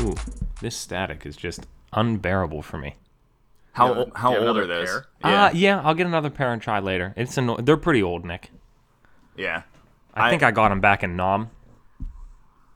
ooh, this static is just unbearable for me. How Yeah, o- how get old another are those? pair? Yeah, Uh, yeah, I'll get another pair and try later. It's anno- they're pretty old, Nick. yeah. I, think I got them back in Nom.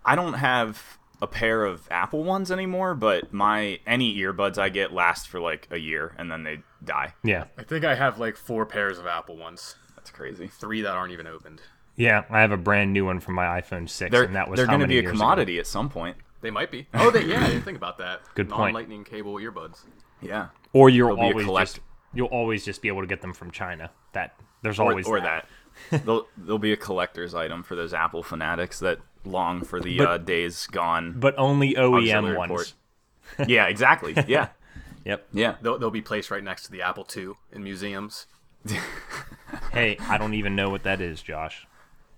I don't have a pair of Apple ones anymore, but my any earbuds I get last for like a year and then they die. Yeah, I think I have like four pairs of Apple ones. That's crazy. Three that aren't even opened. yeah. I have a brand new one from my iPhone six, They're and that was they're how going to many be a years commodity at some point. They might be. Oh, they, yeah. I didn't think about that. Good point. Non-lightning cable earbuds. Yeah. Ago. Or you're They'll be a always collect- just, you'll always just be able to get them from China. That there's Or, always or that. they'll they'll be a collector's item for those Apple fanatics that long for the But- uh, days gone. but only OEM Auxiliary ones. port. yeah, exactly. Yeah. Yep. Yeah. They'll, they'll be placed right next to the Apple II in museums. Hey, I don't even know what that is, Josh.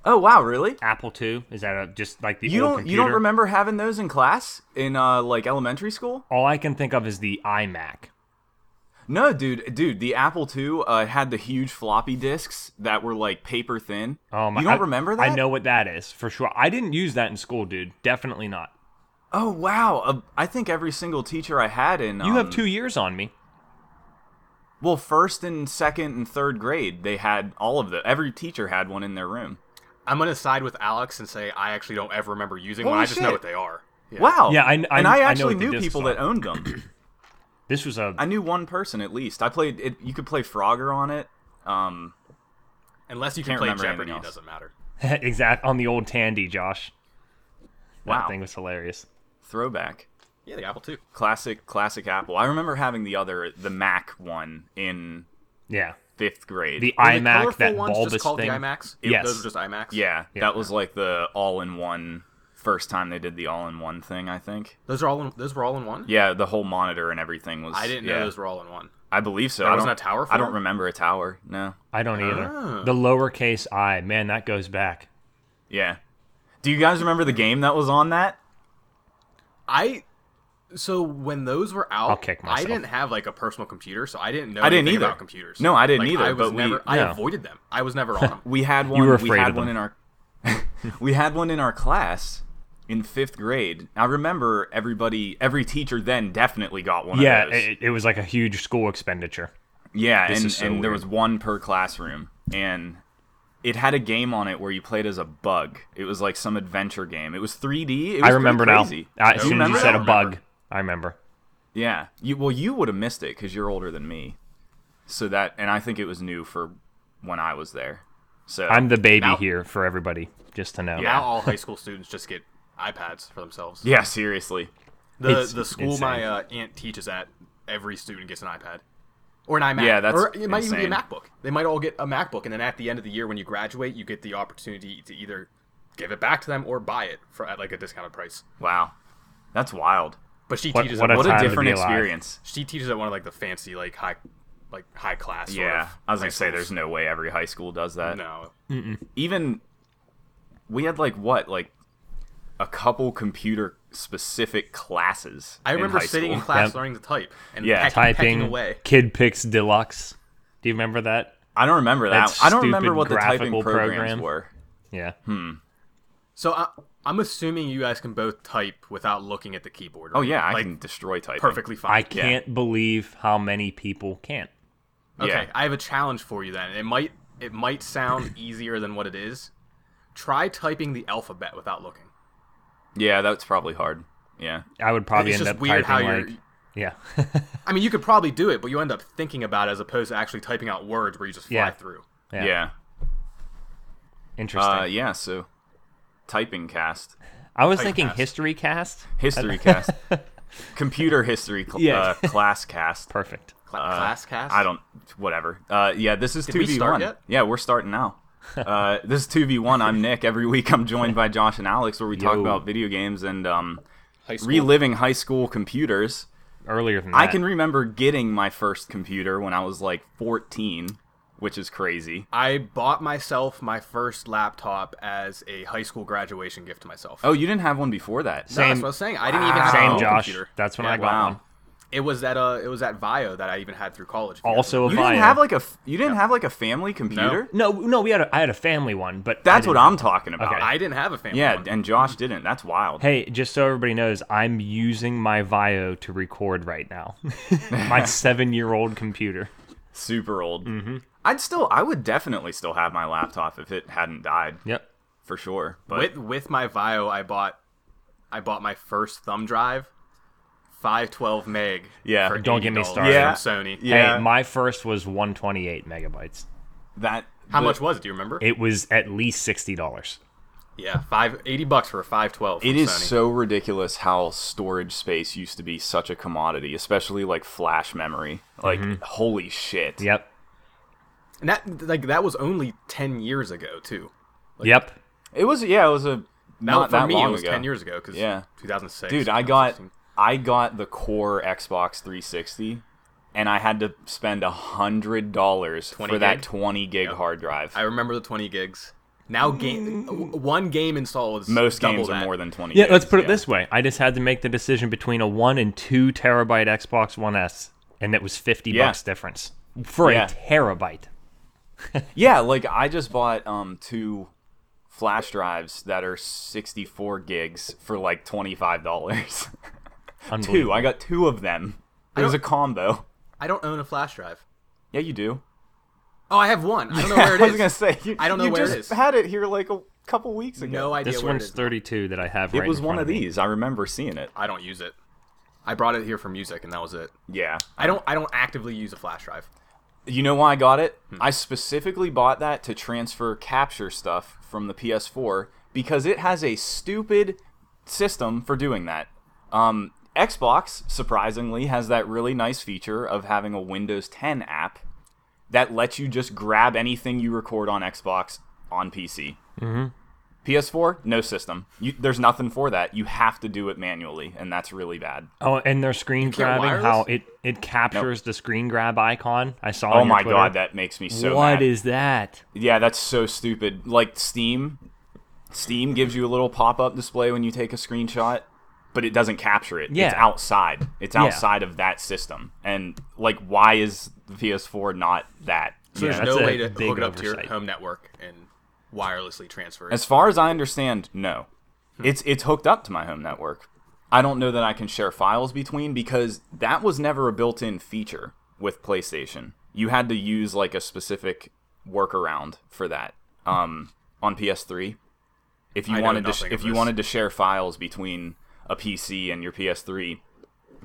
Oh, wow, really? Apple II is that a, just like the You old don't computer? you don't remember having those in class in uh like elementary school? All I can think of is the iMac. No, dude, dude, the Apple II uh, had the huge floppy disks that were like paper thin. Oh my! you don't I- remember that? I know what that is for sure. I didn't use that in school, dude. Definitely not. Oh wow, uh, I think every single teacher I had in You have um, two years on me. Well, first and second and third grade, they had all of the. Every teacher had one in their room. I'm gonna side with Alex and say I actually don't ever remember using one. Holy I just know shit. what they are. Yeah. Wow. Yeah, I- I- and I I know actually what the knew discs people are. that owned them. This was a I knew one person at least. I played it. You could play Frogger on it. Um, Unless you can Can't play remember anything Jeopardy, it else. doesn't matter. exact on the old Tandy, Josh. That wow, thing was hilarious. throwback, Yeah, the Apple II. classic, classic Apple. I remember having the other, the Mac one in Yeah, fifth grade. the Were the iMac, colorful that ones bulbous just called thing. The iMacs. Yes. those are just iMacs. yeah, Yeah. that was like the all-in-one. First time they did the all-in-one thing, I think. those are all. In, those were all in one. Yeah, the whole monitor and everything was. I didn't yeah. know those were all in one. I believe so. That I wasn't don't- a tower I don't form? remember a tower. No. I don't either. Ah. The lowercase i, man, that goes back. Yeah. Do you guys remember the game that was on that? I. So when those were out, I'll kick I myself. didn't have like a personal computer, so I didn't know. I didn't anything either. about computers. No, I didn't Like, either, I was but we- never. I No. avoided them. I was never on them. We had one. were we afraid had of one them. in our. we had one in our class in fifth grade. I remember everybody, every teacher then definitely got one Yeah, of those. it, it was like a huge school expenditure. yeah, this and, is so and there weird. was one per classroom, and it had a game on it where you played as a bug. It was like some adventure game. It was 3D. It was I pretty remember now. crazy. Uh, as You soon as you remember said that? a bug, I remember. Yeah. You well, you would have missed it because you're older than me. So that, and I think it was new for when I was there. So I'm the baby Now- here for everybody, just to know. Now all high school students just get iPads for themselves. yeah, seriously. The It's the school insane. my uh, aunt teaches at, every student gets an iPad, or an iMac. Yeah, that's or it might even be a insane. MacBook. They might all get a MacBook, and then at the end of the year, when you graduate, you get the opportunity to either give it back to them or buy it for at like a discounted price. Wow, that's wild. But she What- teaches what at a What one a time to different be alive. experience. she teaches at one of like the fancy like high like high class. sort Yeah, of I was gonna high say schools. there's no way every high school does that. no. Even we had like what like a couple computer specific classes. I in remember high sitting in school. class Yep. learning to type and Yeah, yeah, Typing away. Kid Picks Deluxe. Do you remember that? I don't remember that. That I don't remember stupid what the typing graphical programs program. were. Yeah. So I, I'm assuming you guys can both type without looking at the keyboard. Oh right? yeah, I like can destroy typing. perfectly fine. I can't believe how many people can't. Okay, Yeah. I have a challenge for you then. It might it might sound easier than what it is. Try typing the alphabet without looking. Yeah, that's probably hard. Yeah. I would probably It's end just up weird how typing you're. like, yeah, I mean, you could probably do it, but you end up thinking about it as opposed to actually typing out words where you just fly Yeah. through. yeah, yeah. interesting. Uh, yeah, so typing cast, I was type thinking cast. history cast. history cast, computer history cl- Yeah. uh, class cast. Perfect. Cla- Uh, class cast. I don't. Whatever. Uh, yeah, this is Did two we v start one. yet? Yeah, we're starting now. Uh, this is two v one. I'm Nick. Every week, I'm joined by Josh and Alex, where we talk Yo. about video games and um, High school. reliving high school computers. Earlier than that. I can remember getting my first computer when I was like 14, which is crazy. I bought myself my first laptop as a high school graduation gift to myself. Oh, you didn't have one before that. No, same- that's what I was saying. I didn't even have Wow. my same own Josh. computer. That's when Yeah, I got wow. one. It was that uh, it was that Vio that I even had through college. if you Also a You didn't Vio. have like a f- you didn't have like a family computer. no, no, we had a, I had a family one, but I That's what didn't- I'm talking about. Okay. remember. I didn't have a family. yeah, one. and Josh didn't. That's wild. Hey, just so everybody knows, I'm using my Vio to record right now. my seven-year-old computer. Super old. Mm-hmm. I'd still, I would definitely still have my laptop if it hadn't died Yep. for sure. But with with my Vio, I bought I bought my first thumb drive, five twelve meg. Yeah. for Don't get me $80 started. Yeah. From Sony. Yeah. Hey, my first was 128 megabytes. that How the- much was it? Do you remember? It was at least sixty dollars. yeah, five eighty bucks for a five twelve. It is so ridiculous how storage space used to be such a commodity, especially like flash memory. Like Mm-hmm. holy shit. Yep. and that like that was only ten years ago too. yep. It was yeah, it was a Now, not for that me, long it was ago. ten years ago because Yeah. 2006. Dude, I got 2016. I got the core Xbox 360 and I had to spend a hundred dollars for 20 that gig? twenty gig hard drive. I remember the twenty gigs. Now game w- one game install is Most double games that. are more than twenty Yeah, gigs, let's put it this way. I just had to make the decision between a one and two terabyte Xbox One S, and it was fifty Yeah. bucks difference for Yeah. a terabyte. Yeah, like I just bought um two flash drives that are sixty four gigs for like twenty five dollars. two. I got two of them. It was a combo. I don't own a flash drive. Yeah, you do. Oh, I have one. I don't know where it is. I was gonna say you, I don't know you where it just is. Had it here like a couple weeks ago. no idea This where it one's is. thirty-two that I have. it right was in one front of me. these. I remember seeing it. I don't use it. I brought it here for music, and that was it. Yeah. I don't. I don't actively use a flash drive. You know why I got it? Hmm. I specifically bought that to transfer capture stuff from the PS4 because it has a stupid system for doing that. Um, Xbox, surprisingly, has that really nice feature of having a Windows 10 app that lets you just grab anything you record on Xbox on PC. Mm-hmm. PS4, no system. You, there's nothing for that. You have to do it manually, and that's really bad. Oh, and their screen can't grabbing. wireless? How it it captures the screen grab icon. I saw. Oh on your my Twitter. god, that makes me so What mad. is that? Yeah, that's so stupid. Like Steam, Steam gives you a little pop-up display when you take a screenshot, but it doesn't capture it. Yeah. It's outside. It's outside of that system. And like why is the PS4 not that? So Yeah, there's that's a no way to big hook it up to oversight. your home network and wirelessly transfer. It. As far as I understand, no. Hmm. It's it's hooked up to my home network. I don't know that I can share files between because that was never a built-in feature with PlayStation. You had to use like a specific workaround for that. Um, on PS3, if you I know wanted to sh- nothing of if you this. wanted to share files between a PC and your PS3,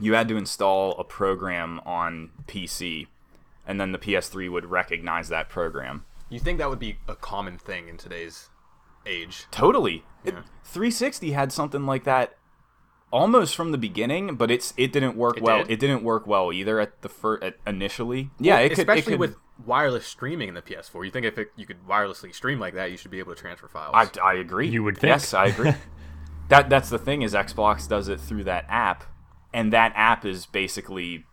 you had to install a program on PC, and then the PS3 would recognize that program. You think that would be a common thing in today's age? Totally. It- 360 had something like that almost from the beginning, but it's it didn't work It well. did? It didn't work well either at the first at initially. Yeah, it could, it especially could- with wireless streaming in the PS4. You think if it, you could wirelessly stream like that, you should be able to transfer files. I, I agree. You would Yes, think. I agree. that that's the thing is Xbox does it through that app, and that app is basically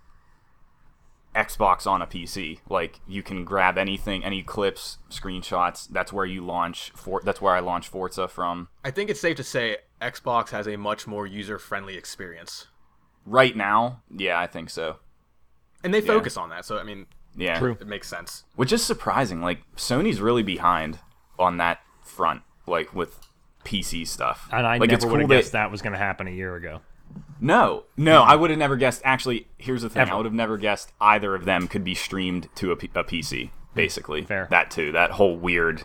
Xbox on a PC. Like you can grab anything, any clips, screenshots. That's where you launch. For that's where I launch Forza from. I think it's safe to say Xbox has a much more user-friendly experience, Right now, yeah, I think so. and they focus on that. So I mean, Yeah, True. it makes sense. which is surprising. Like Sony's really behind on that front, like with PC stuff. And I like, never would have that- guessed that was going to happen a year ago. No, no, I would have never guessed. Actually, here's the thing: Ever. I would have never guessed either of them could be streamed to a, P- a PC. Basically, Fair. That too. That whole weird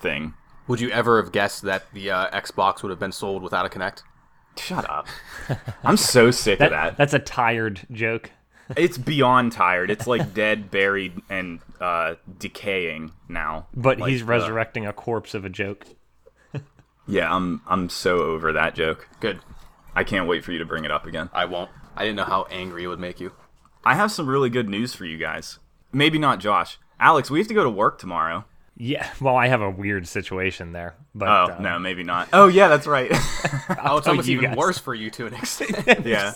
thing. Would you ever have guessed that the uh, Xbox would have been sold without a Connect? Shut up. I'm so sick of that. That's a tired joke. It's beyond tired. It's like dead, buried, and uh, decaying now. But Like, he's uh, resurrecting a corpse of a joke. yeah, I'm I'm so over that joke. Good. I can't wait for you to bring it up again. I won't. I didn't know how angry it would make you. I have some really good news for you guys. Maybe not Josh. Alex, we have to go to work tomorrow. Yeah. Well, I have a weird situation there. But Oh, uh, no, maybe not. Oh, yeah, that's right. Oh, it's almost you even guys. worse for you to an extent. yeah.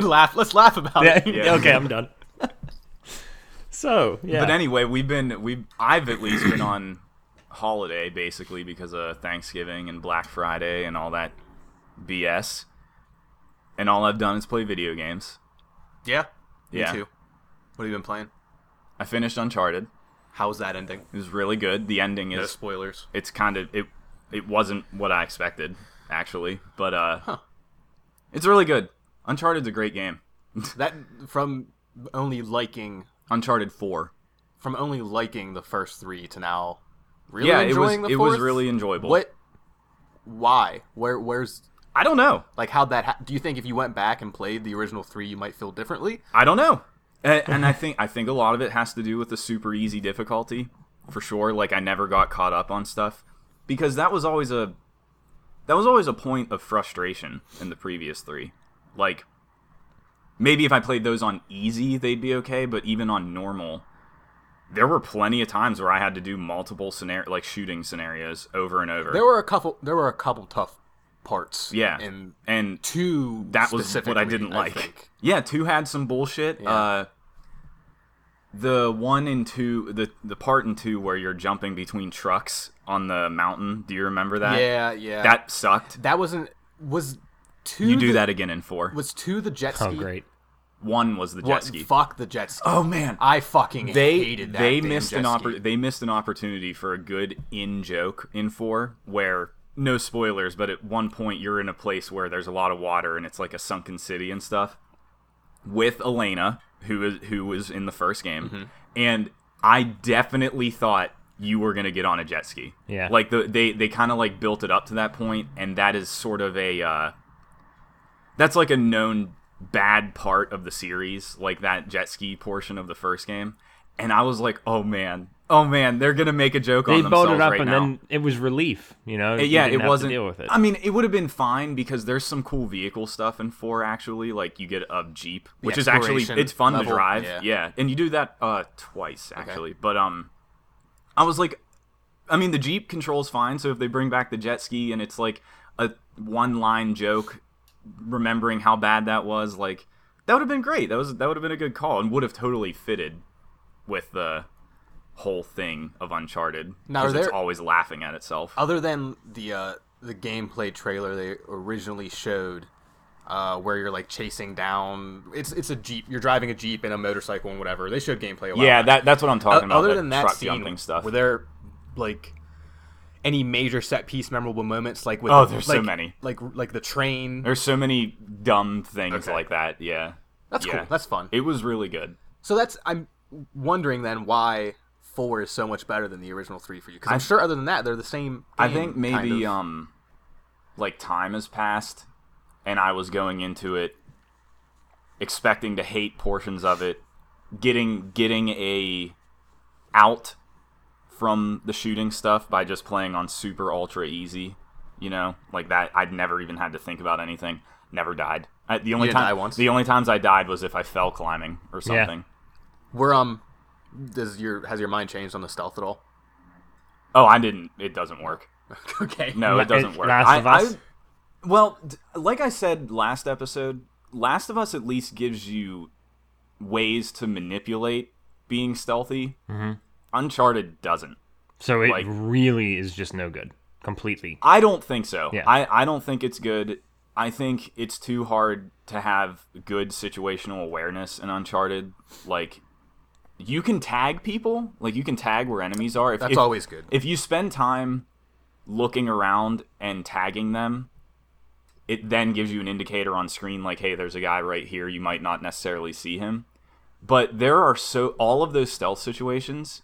laugh. Let's laugh about Yeah, it. Yeah. Okay, I'm done. so yeah. But anyway, we've been we I've at least been on holiday basically because of Thanksgiving and Black Friday and all that BS. And all I've done is play video games. Yeah. Me Yeah. too. What have you been playing? I finished Uncharted. How's that ending? It was really good. The ending No is spoilers. it's kind of it it wasn't what I expected actually, but uh It's really good. Uncharted's a great game. That from only liking Uncharted 4. from only liking the first three to now really yeah, it was enjoying the it fourth? was really enjoyable. what why where where's I don't know. like how'd that ha- do you think if you went back and played the original three you might feel differently I don't know. And, and I think I think a lot of it has to do with the super easy difficulty, for sure. Like I never got caught up on stuff because that was always a that was always a point of frustration in the previous three. Like maybe if I played those on easy, they'd be okay. But even on normal, there were plenty of times where I had to do multiple scenario like shooting scenarios over and over. there were a couple there were a couple tough parts yeah, and and two that was what I specifically, didn't like. think. Yeah, two had some bullshit. Uh, the one and two, the the part in two where you're jumping between trucks on the mountain. Do you remember that? yeah yeah That sucked. that wasn't was two You do the- that again in four. was two the jet ski Oh, great. One was the jet What- ski. fuck the jet ski Oh man, I fucking they hated that they damn missed jet an ski. oppor- they missed an opportunity for a good in joke in four where no spoilers, but at one point you're in a place where there's a lot of water and it's like a sunken city and stuff with Elena who is who was in the first game, Mm-hmm. and I definitely thought you were gonna get on a jet ski. Yeah. like the they they kind of like built it up to that point, and that is sort of a uh, that's like a known bad part of the series, like that jet ski portion of the first game. And I was like, oh man, oh man, they're gonna make a joke They on themselves built it up, right and now. then it was relief. You know, You yeah, didn't have it to wasn't. deal with it. I mean, it would have been fine because there's some cool vehicle stuff in four actually. Like you get a jeep, which is actually exploration it's fun level, to drive. yeah. Yeah. and you do that uh twice actually. But um, I was like, I mean, the jeep controls fine. So if they bring back the jet ski and it's like a one line joke, remembering how bad that was, like that would have been great. That was that would have been a good call and would have totally fitted with the whole thing of Uncharted Now, are because it's there- always laughing at itself. other than the uh, the gameplay trailer they originally showed, uh, where you're like chasing down, it's it's a jeep. You're driving a jeep and a motorcycle and whatever. They showed gameplay. A while Yeah, back. that, that's what I'm talking about. other the than that truck scene, jumping stuff. were there like any major set piece memorable moments? Like with Oh, there's so like- many. Like like the train. There's so many dumb things Okay. like that. Yeah, That's yeah. cool. That's fun. it was really good. So that's I'm wondering then why four is so much better than the original three for you because I'm sure other than that they're the same. I game, think kind maybe of. um, like time has passed, and I was going into it expecting to hate portions of it, getting getting a out from the shooting stuff by just playing on super ultra easy. You know, like that. I'd never even had to think about anything. Never died. I, the only didn't time die once? the only times I died was if I fell climbing or something. we're um. Does your has your mind changed on the stealth at all? Oh, I didn't. It doesn't work. okay. No, it doesn't it- work. Last I, of Us? I- well, d- like I said last episode, Last of Us at least gives you ways to manipulate being stealthy. Mm-hmm. Uncharted doesn't. so it like- really is just no good. Completely. I don't think so. Yeah. I, I don't think it's good. I think it's too hard to have good situational awareness in Uncharted. Like, you can tag people. Like, you can tag where enemies are. If, That's if- always good. if you spend time looking around and tagging them it then gives you an indicator on screen like hey there's a guy right here you might not necessarily see him but there are so all of those stealth situations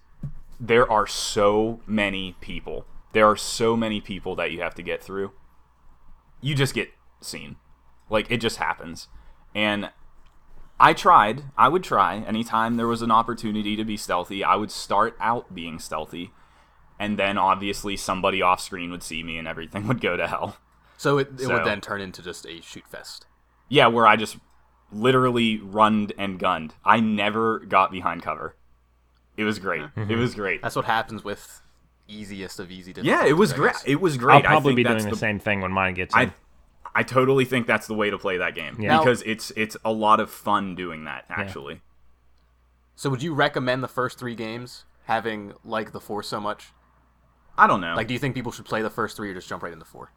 there are so many people there are so many people that you have to get through you just get seen like it just happens and I tried. I would try anytime there was an opportunity to be stealthy. I would start out being stealthy, and then obviously somebody off screen would see me and everything would go to hell. So it, it So- would then turn into just a shoot fest. Yeah, where I just literally runned and gunned. I never got behind cover. It was great. It was great. Mm-hmm. That's what happens with easiest of easy difficulties. Yeah, it was I great. guess. It was I'll great. I probably think be that's doing the, the same thing when mine gets in. I I totally think that's the way to play that game Yeah. Now- because it's it's a lot of fun doing that actually. So would you recommend the first three games having like the four so much? I don't know. Like, do you think people should play the first three or just jump right into four?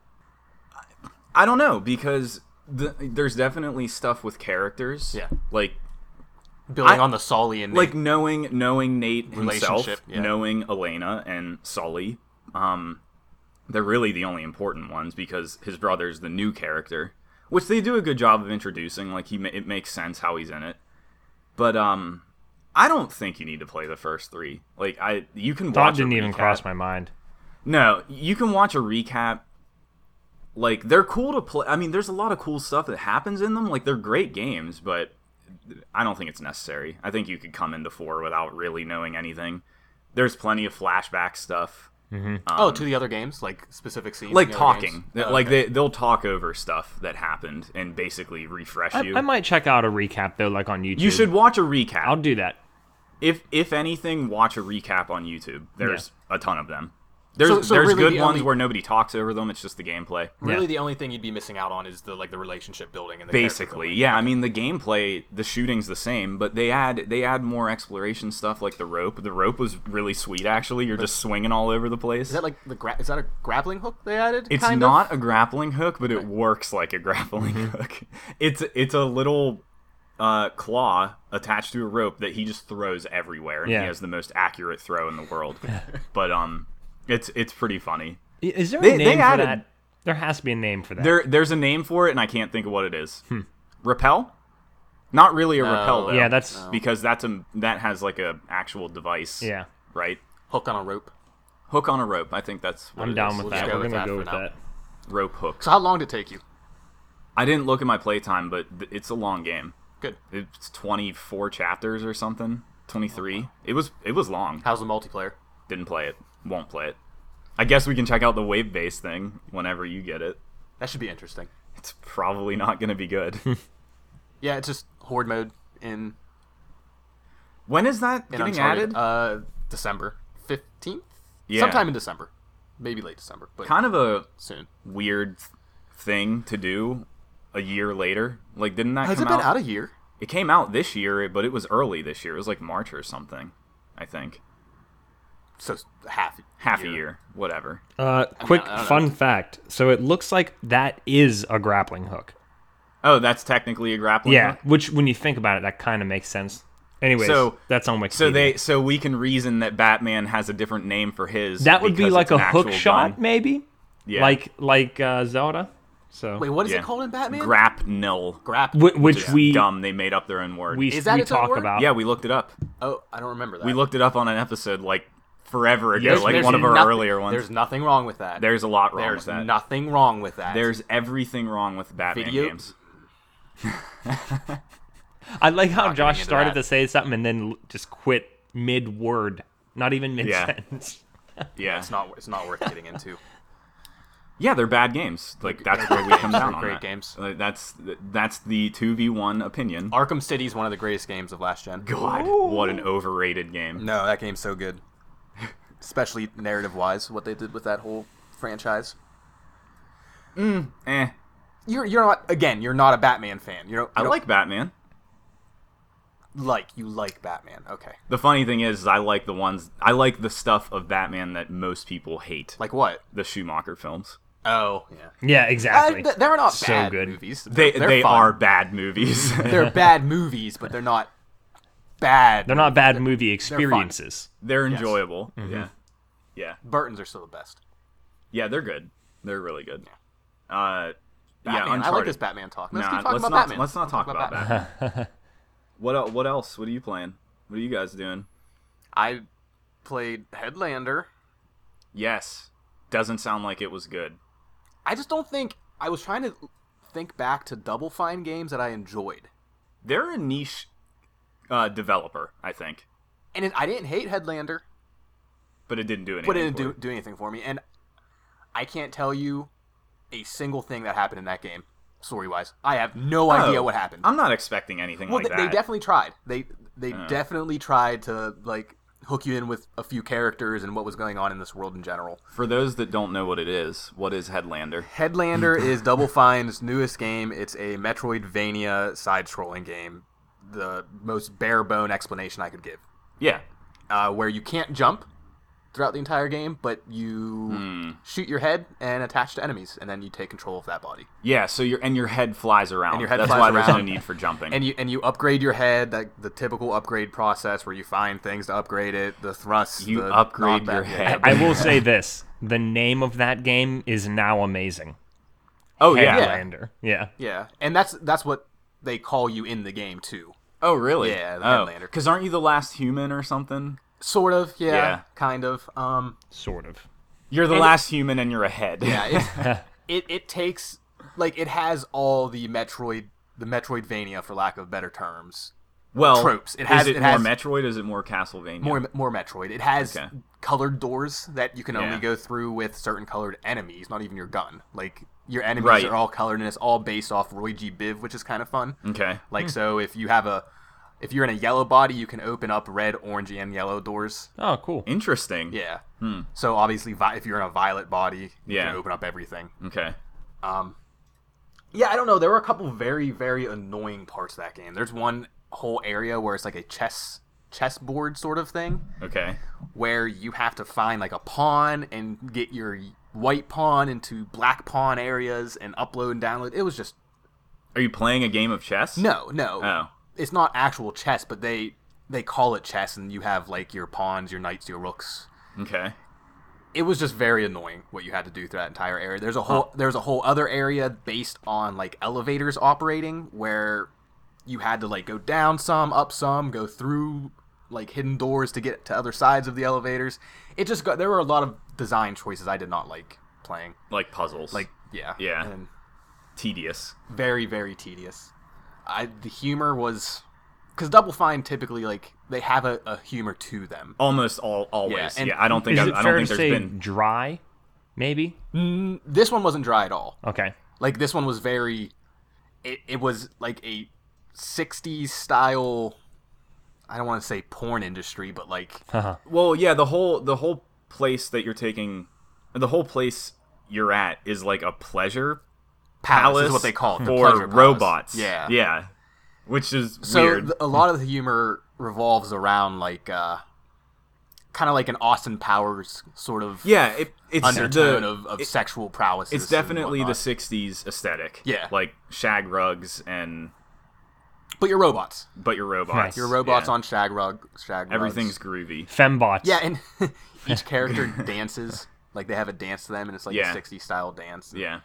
I don't know because the, there's definitely stuff with characters. Yeah. Like building I- on the Sully and like Nate. knowing knowing Nate himself, Relationship, yeah. knowing Elena and Sully. Um, they're really the only important ones because his brother's the new character, which they do a good job of introducing. Like he, ma- it makes sense how he's in it. But um, I don't think you need to play the first three. Like I, you can Thought watch. a didn't even recap. cross my mind. No, you can watch a recap. Like they're cool to play. I mean, there's a lot of cool stuff that happens in them. Like they're great games, but I don't think it's necessary. I think you could come into four without really knowing anything. There's plenty of flashback stuff, oh, to the other games, like specific scenes, um, like in the other talking. games? Oh, Like okay. they they'll talk over stuff that happened and basically refresh I, you. I might check out a recap though, like on YouTube. you should watch a recap. I'll do that. if if anything, watch a recap on YouTube. There's a ton of them. There's So- so there's really good the ones only- where nobody talks over them. It's just the gameplay. really Yeah. the only thing you'd be missing out on is the like the relationship building and the character basically building. yeah i mean the gameplay the shooting's the same but they add they add more exploration stuff like the rope the rope was really sweet actually you're just swinging all over the place Is that like the gra- is that a grappling hook they added? it's kind of? Mm-hmm. not a grappling hook but it works like a grappling hook it's it's a little uh, claw attached to a rope that he just throws everywhere and Yeah. he has the most accurate throw in the world but um it's it's pretty funny I- Is there They- a they name for added- that? There has to be a name for that. there there's a name for it and i can't think of what it is repel not really a repel though yeah, that's because that's a that has like a actual device. yeah. Right. hook on a rope. Hook on a rope. I think that's what I'm it down is. with We'll that. just go We're with gonna that go for with now. that. rope hooks. So how long did it take you? I didn't look at my playtime, but th- it's a long game. Good. It's 24 chapters or something. 23. It was it was long. How's the multiplayer? Didn't play it. Won't play it. I guess we can check out the wave base thing whenever you get it. That should be interesting. It's probably not going to be good. Yeah, it's just horde mode in, when is that in getting added? Uncharted. Uh, December fifteenth. Yeah. sometime in December, maybe late December, but kind of a soon. weird thing to do a year later. Like didn't that Has come it been out out a year? It came out this year, but it was early this year. It was like March or something, I think. So half Half a year, whatever. Uh, quick I don't fun fact. So it looks like that is a grappling hook. Oh, that's technically a grappling. Yeah, hook? which when you think about it, that kind of makes sense. Anyways, Uh-huh. So- that's on Wikipedia. So they, so we can reason that Batman has a different name for his. that would be because like it's an a hook actual shot, gun. maybe. Yeah. Like like uh, Zelda. So Wait, what is Yeah. it called in Batman? Grapnel. Grap. Wh- which It's we dumb. They made up their own word. we, Is that we its own talk word? about. yeah, we looked it up. oh, I don't remember that. We looked it up on an episode like forever ago, There's- like there's one of our nothing- earlier ones. There's There's, nothing wrong with that. a lot wrong There's with that. nothing wrong with that. There's everything wrong with Batman Video- games. I like how getting Josh into started that. to say something and then l- just quit mid word, not even mid sentence. Yeah, it's not. It's not worth getting into. Yeah, they're bad games. Like that's where we come down on Great that. games. Like, that's that's the two v one opinion. Arkham City is one of the greatest games of last gen. God, what an overrated game. No, that game's so good. Especially narrative wise, what they did with that whole franchise. Eh, You're you're not again, you're not a Batman fan. You're I like Batman. like you like Batman. Okay. The funny thing is, is I like the ones I like the stuff of Batman that most people hate, like Like what? the Schumacher films. Oh, yeah. Uh, yeah, exactly. th- they're not So bad good. movies. They They're they fun. are bad movies. They're bad movies, but they're not bad. They're not bad movie experiences. they're enjoyable. Mm-hmm. Yeah, yeah, Burton's are still the best. yeah. They're good. They're really good. Uh, Batman. yeah, I like Uncharted. this Batman talk. Let's Nah, keep talking let's about not Batman. let's not talk about Batman. Batman. what el- what else? What are you playing? What are you guys doing? I played Headlander. Yes. Doesn't sound like it was good. I just don't think I was trying to think back to Double Fine games that I enjoyed. They're a niche uh, developer, I think, And it, I didn't hate Headlander. but it didn't do anything. but it didn't for do, it. do anything for me. And I can't tell you a single thing that happened in that game, story wise. I have no idea Oh, what happened. I'm not expecting anything well, like they, that. Oh. they definitely tried. They they definitely tried to like hook you in with a few characters and what was going on in this world in general. for those that don't know what it is, what is Headlander? Headlander is Double Fine's newest game. It's a Metroidvania side scrolling game. The most bare bone explanation I could give. Yeah. uh, where you can't jump. throughout the entire game, but you Hmm. shoot your head and attach to enemies, and then you take control of that body. Yeah, so your and your head flies around. your head That's flies why there's no around. need for jumping. And you and you upgrade your head, like the typical upgrade process where you find things to upgrade it, the thrust. You the upgrade knockback. your head. I will say this: the name of that game is now amazing. oh yeah. Headlander. Yeah. Yeah, and that's that's what they call you in the game too. Oh really? Yeah, the oh. Headlander. Because aren't you the last human or something? Sort of, yeah, Yeah. kind of. Um, sort of. You're the last human and you're a head. yeah, it, it it takes like it has all the Metroid, the Metroidvania, for lack of better terms, well, tropes. It has- is it, it more has- Metroid? Is it more Castlevania? more more Metroid. It has Okay. colored doors that you can Yeah. only go through with certain colored enemies, not even your gun. Like your enemies Right. are all colored, and it's all based off Roy G. Biv, which is kind of fun. okay. Like so, if you have a if you're in a yellow body, you can open up red, orangey, and yellow doors. Oh, cool. Interesting. Yeah. So obviously, vi- if you're in a violet body, you Hmm. Yeah. can open up everything. Okay. Yeah, I don't know. There were a couple very, very annoying parts of that game. There's one whole area where it's like a chess chessboard sort of thing Okay. where you have to find like a pawn and get your white pawn into black pawn areas and upload and download. It was just Are you playing a game of chess? no, no. Oh. It's not actual chess, but they they call it chess and you have like your pawns, your knights, your rooks. Okay. It was just very annoying what you had to do through that entire area. There's a whole there's a whole other area based on like elevators operating where you had to like go down some, up some, go through like hidden doors to get to other sides of the elevators. It just got there were a lot of design choices I did not like playing. Like puzzles. Like yeah, Yeah. and tedious. very very tedious. I the humor was because Double Fine typically like they have a, a humor to them. Almost all always. Yeah. and I don't think Is I, it I fair don't to think there's say been dry? Maybe. This one wasn't dry at all. Okay. Like this one was very it, it was like a 60s style I don't want to say porn industry but like Well, yeah, the whole the whole place that you're taking, the whole place you're at is like a pleasure palace palace is what they call it the for pleasure palace. robots. Yeah. yeah, which is So weird. th- a lot of the humor revolves around like uh kind of like an Austin Powers sort of yeah, it, it's undertone the, of, of it- sexual prowess. it's definitely the '60s aesthetic. Yeah. like shag rugs and But you're robots. but your robots. Nice. Your Your robots yeah. on shag rug shag rugs. everything's groovy. Fembots. Yeah, and each character dances. Like they have a dance to them and it's like Yeah. a 60s style dance. Yeah,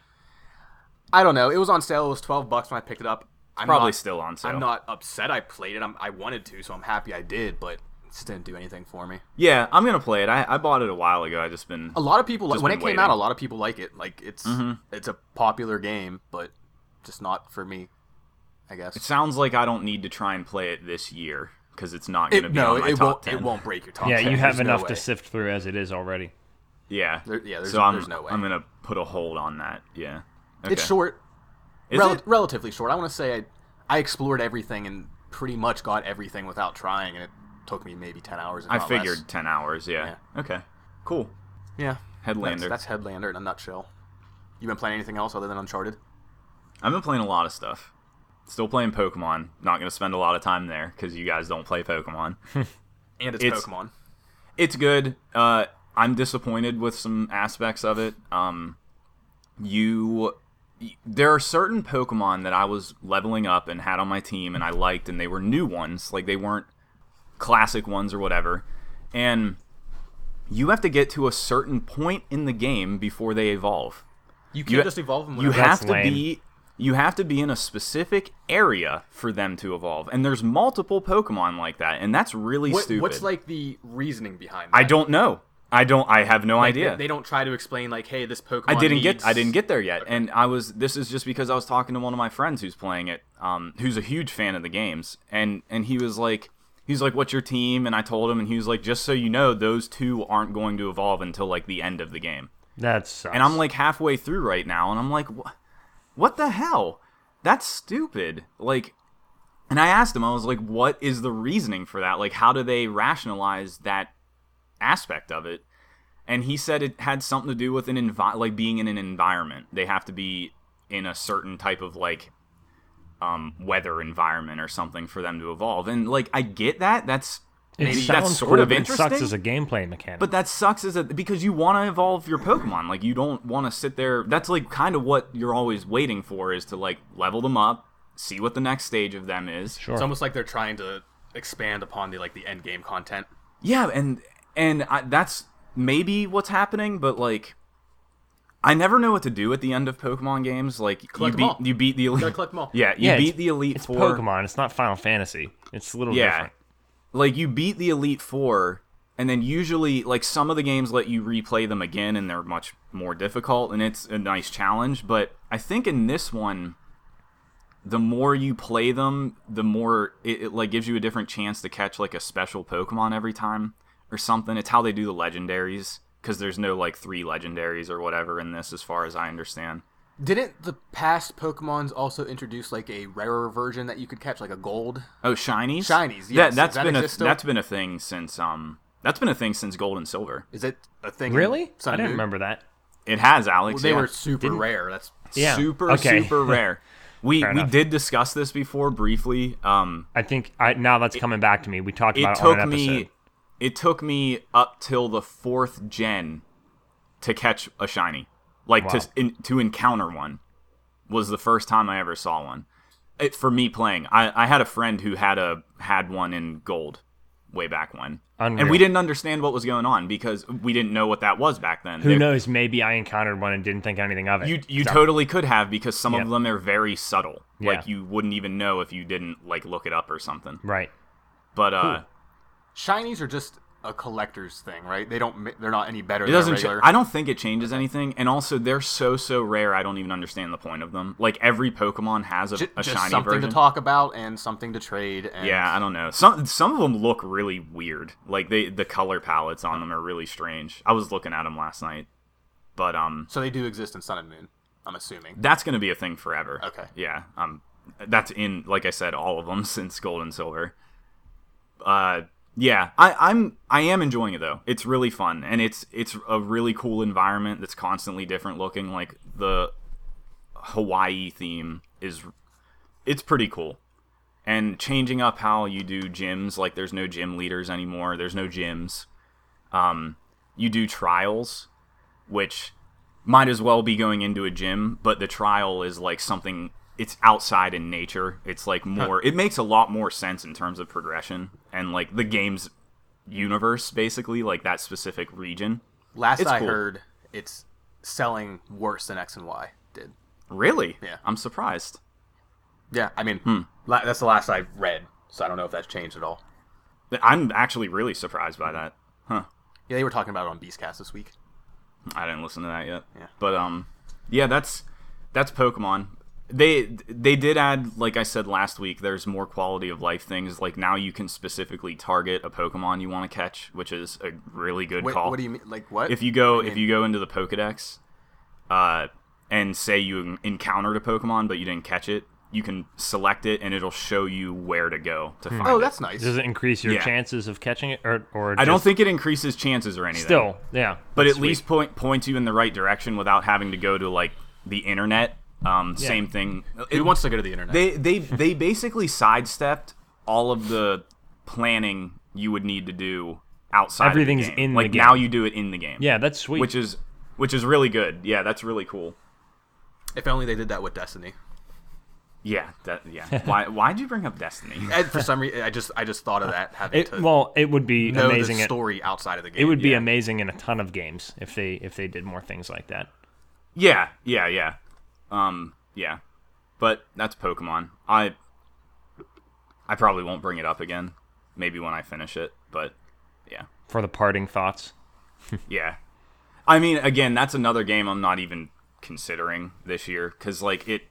I don't know. It was on sale. It was twelve bucks when I picked it up. I'm probably not, still on sale. I'm not upset. I played it. I'm, I wanted to, so I'm happy I did. But it just didn't do anything for me. Yeah, I'm gonna play it. I, I bought it a while ago. I just been A lot of people like Just when it been came waiting. Mm-hmm. out. A lot of people like it. Like it's it's a popular game, but just not for me. I guess. It sounds like I don't need to try and play it this year because it's not It- gonna be no, on my it top won't. 10. It won't break your top. Yeah, 10. you have There's no enough way. to sift through as it is already. Yeah. There- yeah, there's- so I'm, there's no way. I'm gonna put a hold on that. Yeah. Okay. It's short, Is rel- it? relatively short. I want to say I, I explored everything and pretty much got everything without trying, and it took me maybe ten hours. If I not figured Less. 10 hours. Yeah. Okay. Cool. Yeah, Headlander. That's, that's Headlander in a nutshell. You been playing anything else other than Uncharted? I've been playing a lot of stuff. Still playing Pokemon. Not gonna spend a lot of time there because you guys don't play Pokemon. And it's, It's- Pokemon. it's good. Uh, I'm disappointed with some aspects of it. Um, you, y- there are certain Pokemon that I was leveling up and had on my team, and I liked, and they were new ones, like they weren't classic ones or whatever. And you have to get to a certain point in the game before they evolve. You you- can't just evolve them. You whenever- have That's to lame. be. You have to be in a specific area for them to evolve, and there's multiple Pokemon like that, and that's really What- stupid. What's like the reasoning behind? That? I don't know. I don't. I have no They, idea. they don't try to explain like, hey, this Pokemon. I didn't needs- get I didn't get there yet, and I was. This is just because I was talking to one of my friends who's playing it, um, who's a huge fan of the games, and and he was like, he's like, "What's your team?" And I told him, and he was like, "Just so you know, those two aren't going to evolve until like the end of the game." That sucks. And I'm like halfway through right now, and I'm like, "Wha- "What the hell? That's stupid!" Like, and I asked him, I was like, "What is the reasoning for that? Like, how do they rationalize that aspect of it?" and he said it had something to do with an envi- like being in an environment. They have to be in a certain type of like um, weather environment or something for them to evolve. And like I get that. That's It Maybe sounds that's sort cool, of but it sucks interesting. as a gameplay mechanic. But that sucks is that because you want to evolve your Pokemon. Like you don't want to sit there. That's like kind of what you're always waiting for is to like level them up, see what the next stage of them is. sure. It's almost like they're trying to expand upon the like the end game content. Yeah, and and I, that's maybe what's happening, but like I never know what to do at the end of Pokemon games. Like you 'em beat all. you beat the elite. gotta collect 'em all. Yeah, you yeah, beat it's- the elite It's four. Pokemon. It's not Final Fantasy. It's a little Yeah. different. Like you beat the elite four, and then usually like some of the games let you replay them again, and they're much more difficult, and it's a nice challenge. But I think in this one. The more you play them, the more it, it like gives you a different chance to catch like a special Pokemon every time or something. It's how they do the legendaries because there's no like three legendaries or whatever in this, as far as I understand. Didn't the past Pokemon's also introduce like a rarer version that you could catch, like a gold? Oh, shinies. Shinies, Yeah, yes. that's That been a exists still? that's been a thing since um that's been a thing since Gold and Silver. Is it a thing? in Really? Sun I and didn't Moon? remember that. It has Alex. Well, they yeah. were super rare. That's Yeah. super okay. super rare. We we enough. did discuss this before briefly. Um, I think I, now that's coming back to me. We talked it about it on took an episode. me it took me up till the fourth gen to catch a shiny, like Wow. to in, to encounter one was the first time I ever saw one. It, for me playing, I, I had a friend who had a had one in gold way back when, and Unreal. we didn't understand what was going on because we didn't know what that was back then. Who There- knows? Maybe I encountered one and didn't think anything of it. You you So- totally could have because some of Yeah. them are very subtle. Like Yeah. you wouldn't even know if you didn't like look it up or something. right. But uh shinies are just a collector's thing, right? They don't. mi- They're not any better. it than a doesn't ch- regular. I don't think it changes anything and also they're so so rare I don't even understand the point of them. Like every Pokemon has a, Ju- a just shiny something version. to talk about and something to trade. And yeah, I don't know. Some some of them look really weird. Like they the color palettes on them are really strange. I was looking at them last night. But um So they do exist in Sun and Moon. I'm assuming. that's going to be a thing forever. Okay. Yeah. Um, that's in like I said, all of them since Gold and Silver. Uh, yeah. I, I'm I am enjoying it though. It's really fun, and it's it's a really cool environment that's constantly different looking. Like the Hawaii theme is, it's pretty cool. And changing up how you do gyms, like there's no gym leaders anymore. There's no gyms. Um, you do trials, which might as well be going into a gym, but the trial is like something it's outside in nature. It's like more it makes a lot more sense in terms of progression and like the game's universe basically, like that specific region. Last It's I cool. heard, it's selling worse than X and Y did. Really? Yeah. I'm surprised. Yeah, I mean, Hmm. la- that's the last I read, so I don't know if that's changed at all. Th- I'm actually really surprised by that. Huh. Yeah, they were talking about it on Beastcast this week. I didn't listen to that yet. Yeah. But um yeah, that's that's Pokemon. They they did add like I said last week there's more quality of life things like now you can specifically target a Pokemon you want to catch, which is a really good Wait, call. what do you mean? Like what? if you go if you go into the Pokedex, uh, and say you en- encountered a Pokemon but you didn't catch it, you can select it and it'll show you where to go to find oh, it. that's nice. Does it increase your Yeah. chances of catching it, or or Oh, I don't just- think it increases chances or anything. still yeah? but at that's least point points you in the right direction without having to go to like the internet. Um, Same thing. Who It- wants to go to the internet? they they they basically sidestepped all of the planning you would need to do outside. of the Everything's game. in the like game. now you do it in the game. yeah, that's sweet. which is which is really good. Yeah, that's really cool. if only they did that with Destiny. Yeah, that yeah. Why why'd you bring up Destiny? And for some reason, I just I just thought of that having it, to well, it would be know amazing. the It, story outside of the game. it would be amazing in a ton of games if they if they did more things like that. Yeah, yeah, yeah. Um, yeah. But that's Pokemon. I I probably won't bring it up again. Maybe when I finish it, but yeah. For the parting thoughts, Yeah. I mean, again, that's another game I'm not even considering this year cuz like it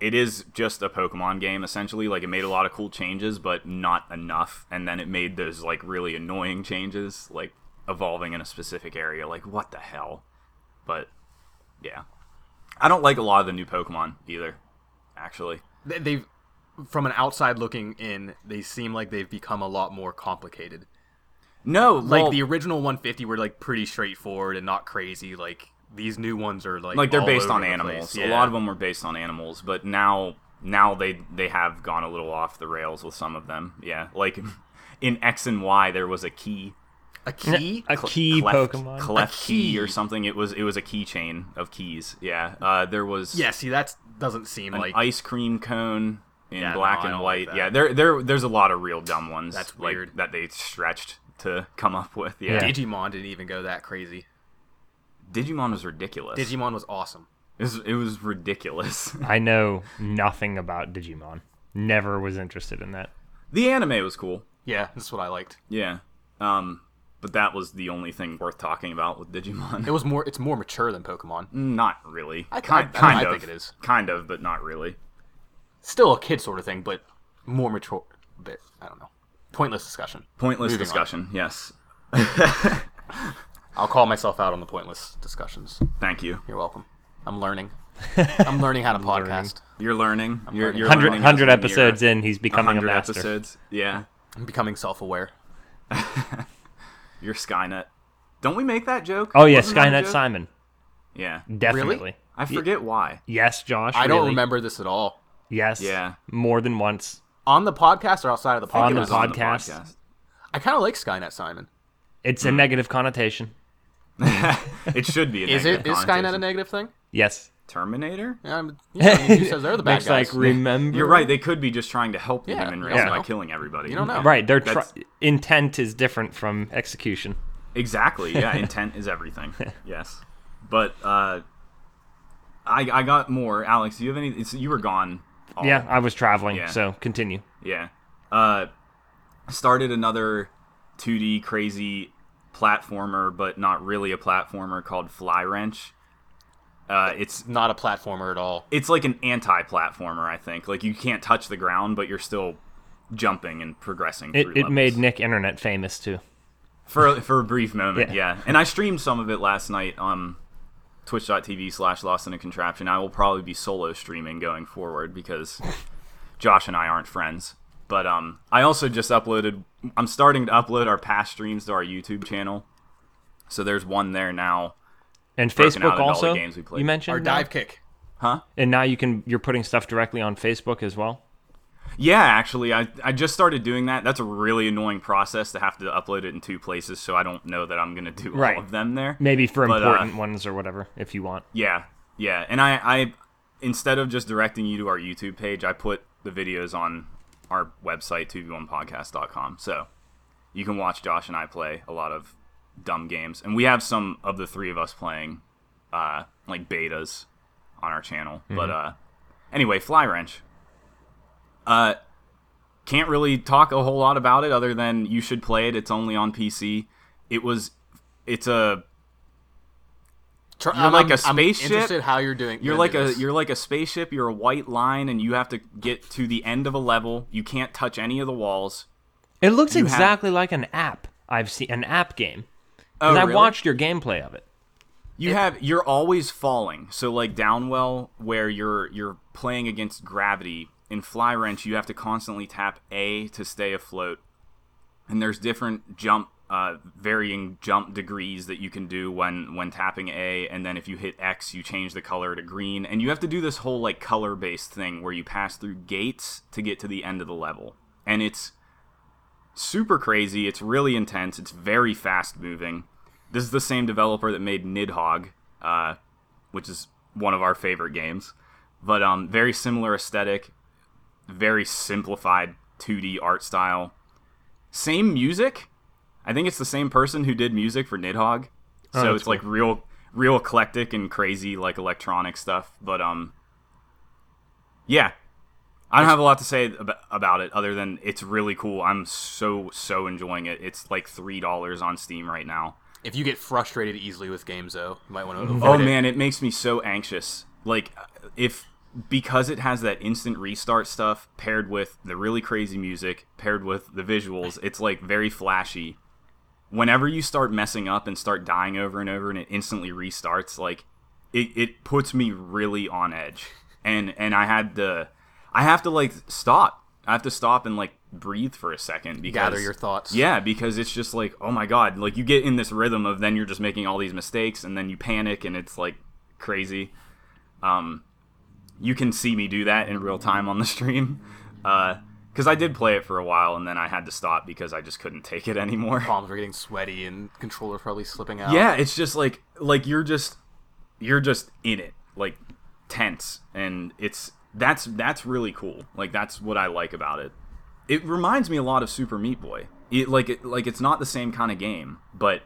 it is just a Pokemon game essentially. Like it made a lot of cool changes, but not enough. And then it made those like really annoying changes, like evolving in a specific area. Like what the hell? But yeah. I don't like a lot of the new Pokemon either, actually. They- They've from an outside looking in, they seem like they've become a lot more complicated. No, Like well, the original 150 were like pretty straightforward and not crazy. Like these new ones are like like they're all based over on the animals. place. A Yeah. lot of them were based on animals, but now now they they have gone a little off the rails with some of them. Yeah, like in X and Y there was a key, A key? a Cle- key cleft- Pokemon. cleft A key. key. or something. It was it was a keychain of keys. Yeah, uh, there was yeah, see, that doesn't seem an like. ice cream cone in Yeah, black no, I and don't like white. that. yeah, there there there's a lot of real dumb ones. That's like, weird. that they stretched to come up with. Yeah, Yeah. Digimon didn't even go that crazy. Digimon was ridiculous. Digimon was awesome. it was, it was ridiculous. I know nothing about Digimon. Never was interested in that. the anime was cool. Yeah, that's what I liked. Yeah, um, but that was the only thing worth talking about with Digimon. It was more. It's more mature than Pokemon. Not really. I- Ki- I- I- kind I of. think it is. Kind of, but not really. Still a kid sort of thing, but more mature. But I don't know. Pointless discussion. Pointless Moving on. discussion. Yes. I'll call myself out on the pointless discussions. Thank you. You're welcome. I'm learning. I'm learning how to podcast. You're learning. you're, learning. you're 100, learning 100 as in you're- episodes in, he's becoming a 100 master. episodes. Yeah. I'm becoming self-aware. You're Skynet. Don't we make that joke? Oh yeah, Wasn't that a Skynet joke? Simon, Yeah. definitely. I forget why. Yes, Josh. I don't really. remember this at all. Yes. Yeah. More than once. On the podcast or outside of the On podcast? the It was podcast. I kind of like Skynet Simon. It's Mm. a negative connotation. podcast. It should be. A Is it negative is Skynet a connotation. negative thing? Yes. Terminator? Yeah, I'm- yeah, I mean, who says they're the bad Makes, guys? like remember. You're right. They could be just trying to help the Yeah, human you race don't by know. killing everybody. You don't know. Right. Their tr- That's- intent is different from execution. Exactly. Yeah, intent is everything. Yes, but uh, I I got more. Alex, do you have any? It's, you were gone. all- Yeah, I was traveling, Oh. Yeah. so continue. Yeah. Uh, started another 2D crazy platformer, but not really a platformer called Fly Wrench. Uh, it's Not a platformer at all. it's like an anti-platformer, I think. Like you can't touch the ground, but you're still jumping and progressing. It, through it made levels. Nick internet famous too. for for a brief moment, yeah. Yeah. And I streamed some of it last night on twitch.tv slash lost in a contraption. I will probably be solo streaming going forward because Josh and I aren't friends. But um I also just uploaded I'm starting to upload our past streams to our YouTube channel. So there's one there now. And Broken out Facebook into all the also. games we played. You mentioned Or now? dive kick. Huh? and now you can you're putting stuff directly on Facebook as well. Yeah, actually I I just started doing that. That's a really annoying process to have to upload it in two places, so I don't know that I'm gonna do Right. all of them there. Maybe for But, uh, important ones or whatever, if you want. Yeah, yeah. And I, I instead of just directing you to our YouTube page, I put the videos on our website, 2v1podcast.com. So you can watch Josh and I play a lot of dumb games. And we have some of the three of us playing uh, like betas on our channel. But uh, anyway, Fly Wrench. Uh, can't really talk a whole lot about it other than you should play it. It's only on PC. It was, it's a Tr- You're like a I'm spaceship. interested how you're doing. You're gonna like do a this. you're like a spaceship. You're a white line, and you have to get to the end of a level. You can't touch any of the walls. It looks have- exactly like an app. I've seen an app game. Oh, and I really? watched your gameplay of it. You have you're always falling. So like Downwell, where you're you're playing against gravity. In Fly Wrench, you have to constantly tap A to stay afloat, and there's different jump. Uh, varying jump degrees that you can do when when tapping A, and then if you hit X, you change the color to green, and you have to do this whole like color based thing where you pass through gates to get to the end of the level, and it's super crazy. It's really intense. It's very fast moving. This is the same developer that made Nidhogg, uh, which is one of our favorite games. But um, very similar aesthetic, very simplified 2D art style. Same music. I think it's the same person who did music for Nidhogg. So that's it's like real, real eclectic and crazy, like electronic stuff. But um, yeah, I don't have a lot to say ab- about it other than it's really cool. I'm so so enjoying it. It's like three dollars on Steam right now. If you get frustrated easily with games, though, you might want to. Avoid Oh it. man, it makes me so anxious. Like if because it has that instant restart stuff paired with the really crazy music, paired with the visuals, it's like very flashy. Whenever you start messing up and start dying over and over and it instantly restarts, like it, it puts me really on edge. And and I had to I have to like stop. I have to stop and like breathe for a second because gather your thoughts. yeah, because it's just like, oh my god, like you get in this rhythm of then you're just making all these mistakes and then you panic and it's like crazy. Um, you can see me do that in real time on the stream. Uh, Because I did play it for a while and then I had to stop because I just couldn't take it anymore. Palms were getting sweaty and controllers probably slipping out. Yeah, it's just like like you're just you're just in it, like tense, and it's that's that's really cool. Like that's what I like about it. It reminds me a lot of Super Meat Boy. It like it, like it's not the same kind of game, but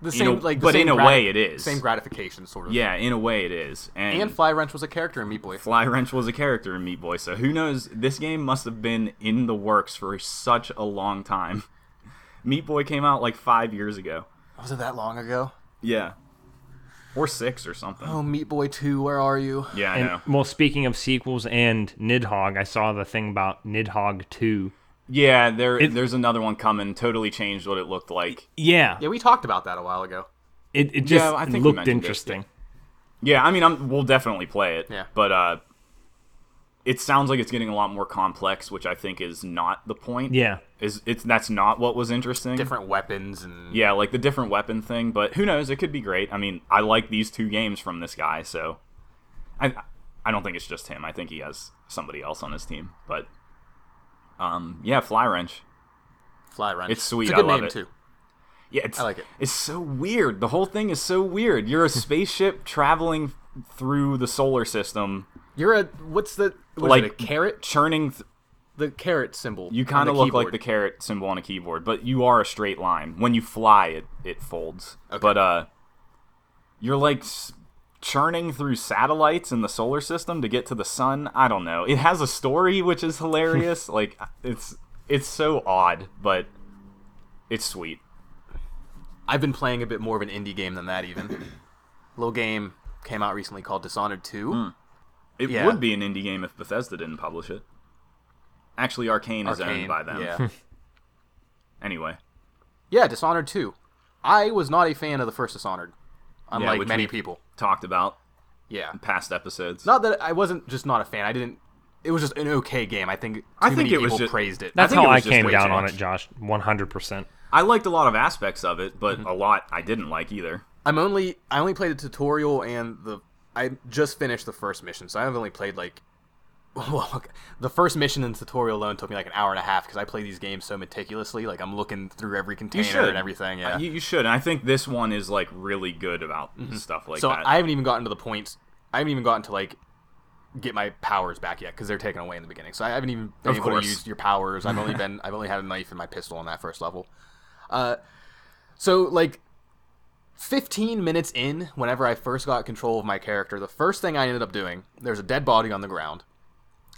the a- same like. the but same in a grati- way it is. same gratification sort of. yeah, in a way it is. And, And Fly Wrench was a character in Meat Boy. Fly Wrench was a character in Meat Boy, so who knows? This game must have been in the works for such a long time. Meat Boy came out like five years ago. Was it that long ago? Yeah, or six or something. Oh, Meat Boy Two, where are you? yeah, I And know. well, speaking of sequels and Nidhogg, I saw the thing about Nidhogg two. Yeah, there there's another one coming. Totally changed what it looked like. Yeah, Yeah, we talked about that a while ago. it, it just I think we looked mentioned it, interesting. Yeah, I mean, I'm, we'll definitely play it. Yeah. But uh, it sounds like it's getting a lot more complex, which I think is not the point. Yeah. Is it's that's not what was interesting. Different weapons and Yeah, like the different weapon thing. But who knows? It could be great. I mean, I like these two games from this guy, so I I don't think it's just him. I think he has somebody else on his team. But um, yeah, Fly Wrench. Fly Wrench. It's sweet, It's a I good love name it. too. Yeah, it's, I like it. It's so weird. The whole thing is so weird. You're a spaceship traveling through the solar system, You're a what's the was like it a carrot? churning. Th- The carrot symbol. you kind of look like the carrot symbol on a keyboard, but you are a straight line. When you fly, it it folds. But uh, you're like s- churning through satellites in the solar system to get to the sun. I don't know. It has a story, which is hilarious. like it's it's so odd, but it's sweet. I've been playing a bit more of an indie game than that even. Little game came out recently called Dishonored 2. Hmm. It Yeah. would be an indie game if Bethesda didn't publish it. Actually, Arcane, is Arcane, owned by them. Yeah. Anyway, yeah, Dishonored 2. I was not a fan of the first Dishonored, unlike which Mm. many we- people. talked about Yeah. past episodes. Not that I wasn't just not a fan. I didn't it was just an okay game. I think too I think many it was people ju- praised it. That's think how it was I just came way down too on much. it, Josh. One hundred percent. I liked a lot of aspects of it, Mm-hmm. but a lot I didn't like either. I'm only I only played the tutorial and the I just finished the first mission, so I've only played like well, okay. the first mission and tutorial alone took me like an hour and a half because I play these games so meticulously. Like I'm looking through every container and everything. Yeah. uh, you, you should. And I think this one is like really good about stuff like Mm-hmm. so that. I haven't even gotten to the points. I haven't even gotten to like get my powers back yet because they're taken away in the beginning. So I haven't even been Of able course. to use your powers. I've only been I've only had a knife and my pistol on that first level. Uh, so like. 15 minutes in, whenever I first got control of my character, the first thing I ended up doing, there's a dead body on the ground.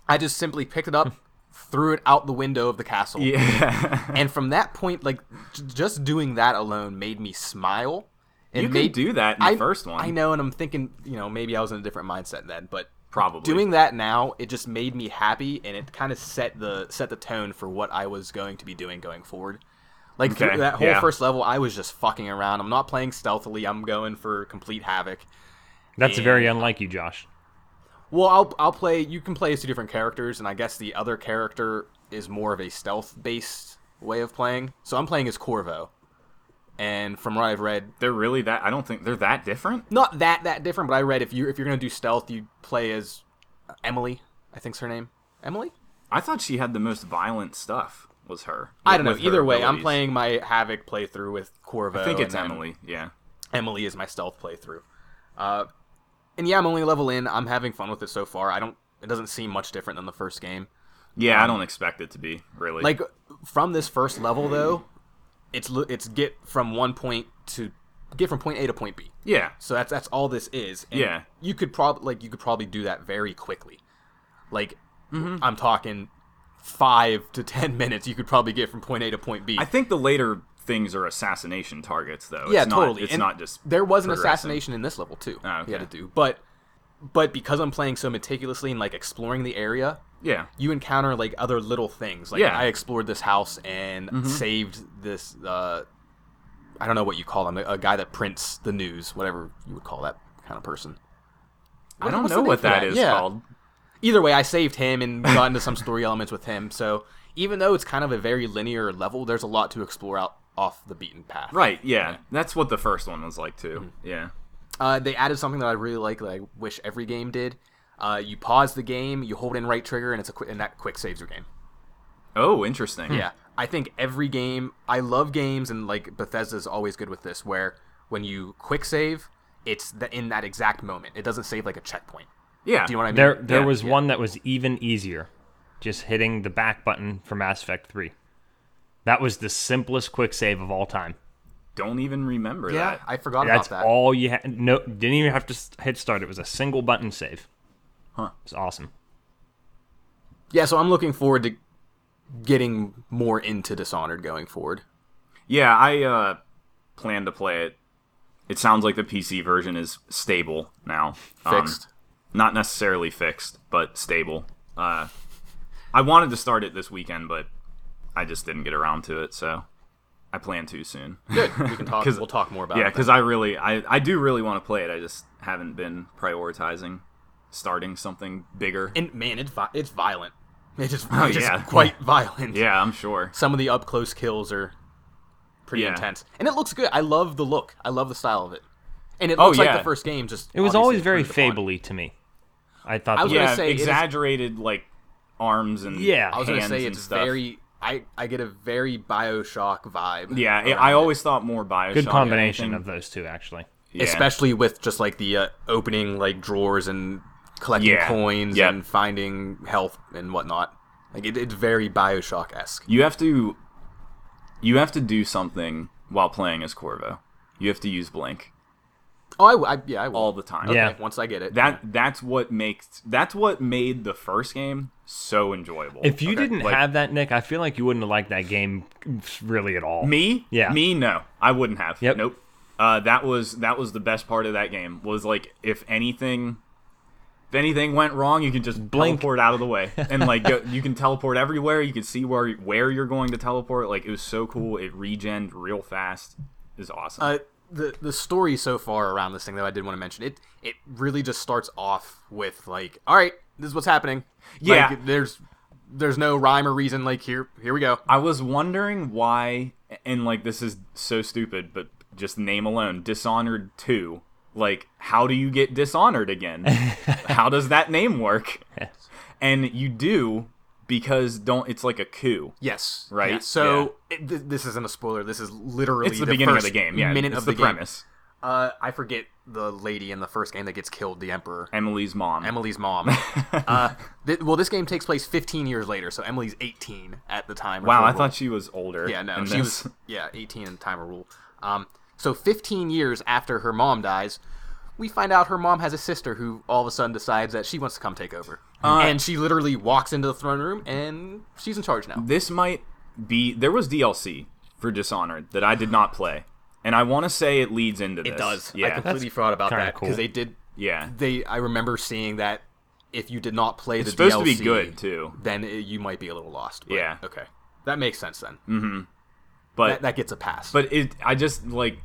I just simply picked it up, threw it out the window of the castle, yeah, and from that point, like j- just doing that alone made me smile. It you could made do that in the first one. I know, and I'm thinking, you know, maybe I was in a different mindset then, but probably doing that now, it just made me happy, and it kind of set the set the tone for what I was going to be doing going forward. Like Okay, through that whole yeah. first level, I was just fucking around. I'm not playing stealthily. I'm going for complete havoc. That's very unlike you, Josh. Well, I'll I'll play. You can play as two different characters, and I guess the other character is more of a stealth based way of playing. So I'm playing as Corvo, and from what I've read, They're really that. I don't think they're that different. not that that different, but I read if you if you're gonna do stealth, you play as Emily. I think's her name. Emily. I thought she had the most violent stuff. Was her? I don't know. With her Either way, I'm abilities. playing my Havoc playthrough with Corvo. I think it's and then Emily. Yeah. Emily is my stealth playthrough. Uh, and yeah, I'm only level in. I'm having fun with it so far. I don't. It doesn't seem much different than the first game. Yeah, I don't expect it to be really. Um, Like from this first level though, it's li- it's get from one point to get from point A to point B. yeah, So that's that's all this is. And Yeah. You could probably like you could probably do that very quickly. Like Mm-hmm. I'm talking five to ten minutes. You could probably get from point A to point B. I think the later things are assassination targets, though. yeah, it's not, totally. It's And not just there was an progressing. assassination in this level too. Ah, You had okay. to do, but but because I'm playing so meticulously and like exploring the area, Yeah, you encounter like other little things. Like Yeah. Mm-hmm. I explored this house and saved this. Uh, I don't know what you call him, a, a guy that prints the news, whatever you would call that kind of person. I don't what's know what the name for that that? is Yeah. called. Either way, I saved him and got into some story elements with him. So even though it's kind of a very linear level, there's a lot to explore out off the beaten path. Right. Yeah, that's what the first one was like too. Yeah. Uh, they added something that I really like that I wish every game did. Uh, you pause the game, you hold in right trigger, and it's a quick and that quick saves your game. Oh, interesting. Yeah, I think every game. I love games, and like Bethesda's always good with this, where when you quick save, it's the, in that exact moment. It doesn't save like a checkpoint. Yeah. Do you know what I mean? There, there Yeah, was one that was even easier, just hitting the back button for Mass Effect Three. That was the simplest quick save of all time. Don't even remember Yeah, that. I forgot That's about that. all you had. No, didn't even have to s- hit start. It was a single button save. Huh. It's awesome. yeah, so I'm looking forward to getting more into Dishonored going forward. Yeah, I uh, plan to play it. It sounds like the PC version is stable now. Um, Fixed. not necessarily fixed, but stable. Uh, I wanted to start it this weekend, but I just didn't get around to it, so I plan to soon. Good. We can talk. 'Cause- we'll talk more about. yeah, it. because I really, I, I do really want to play it. I just haven't been prioritizing starting something bigger. and man, it's vi- it's violent. It is Oh, just yeah. quite violent. yeah, I'm sure. Some of the up close kills are pretty Yeah. intense, and it looks good. I love the look. I love the style of it, and it Oh, looks like yeah. the first game. Just It was obviously always very improved upon. fable-y to me. I thought. I that was was gonna Yeah, say, it is- exaggerated like arms and Yeah. hands I I was gonna say and it's stuff. very. I I get a very Bioshock vibe. Yeah, it, around I it. always thought more Bioshock. good than combination anything. of those two, actually. Yeah. especially with just like the uh, opening like drawers and collecting Yeah. coins Yep. and finding health and whatnot. Like it, it's very Bioshock esque. you have to you have to do something while playing as Corvo. You have to use blink Oh, I, w- I- yeah, I will. all the time. Yeah. Okay, once I get it. That that's what makes that's what made the first game so enjoyable. If you Okay, didn't like, have that, Nick, I feel like you wouldn't have liked that game really at all. me, Yeah. me, no, I wouldn't have. Yep. Nope. Uh, that was that was the best part of that game. Was like if anything, if anything went wrong, you could just Blink. teleport out of the way, and like go, you can teleport everywhere. You can see where where you're going to teleport. Like it was so cool. It regened real fast. It was awesome. Uh, the the story so far around this thing though I did want to mention it it really just starts off with like all right this is what's happening Yeah. Like, there's there's no rhyme or reason like here here we go I was wondering why, and like this is so stupid, but just name alone, Dishonored Two. Like, how do you get dishonored again? how does that name work? And you do because don't. It's like a coup. yes Right, Yeah. so it, th- this isn't a spoiler this is literally It's the, beginning of first the game. Yeah, minute it's of the, the, game. premise. uh I forget the lady in the first game that gets killed the emperor Emily's mom. Emily's mom uh th- well this game takes place 15 years later so Emily's 18 at the time wow, I Rule. thought she was older. Yeah, no, in she this. was yeah, 18 in time of rule. Um, so 15 years after her mom dies, we find out her mom has a sister who all of a sudden decides that she wants to come take over, and she literally walks into the throne room and she's in charge now. This might be. There was DLC for Dishonored that I did not play, and I want to say it leads into this. It does. I Yeah. completely forgot about kinda that because cool. they did. yeah. They I remember seeing that if you did not play the supposed to DLC, be good, too. Then it, you might be a little lost. but Yeah. Okay. That makes sense then. But That, that gets a pass. but it i just like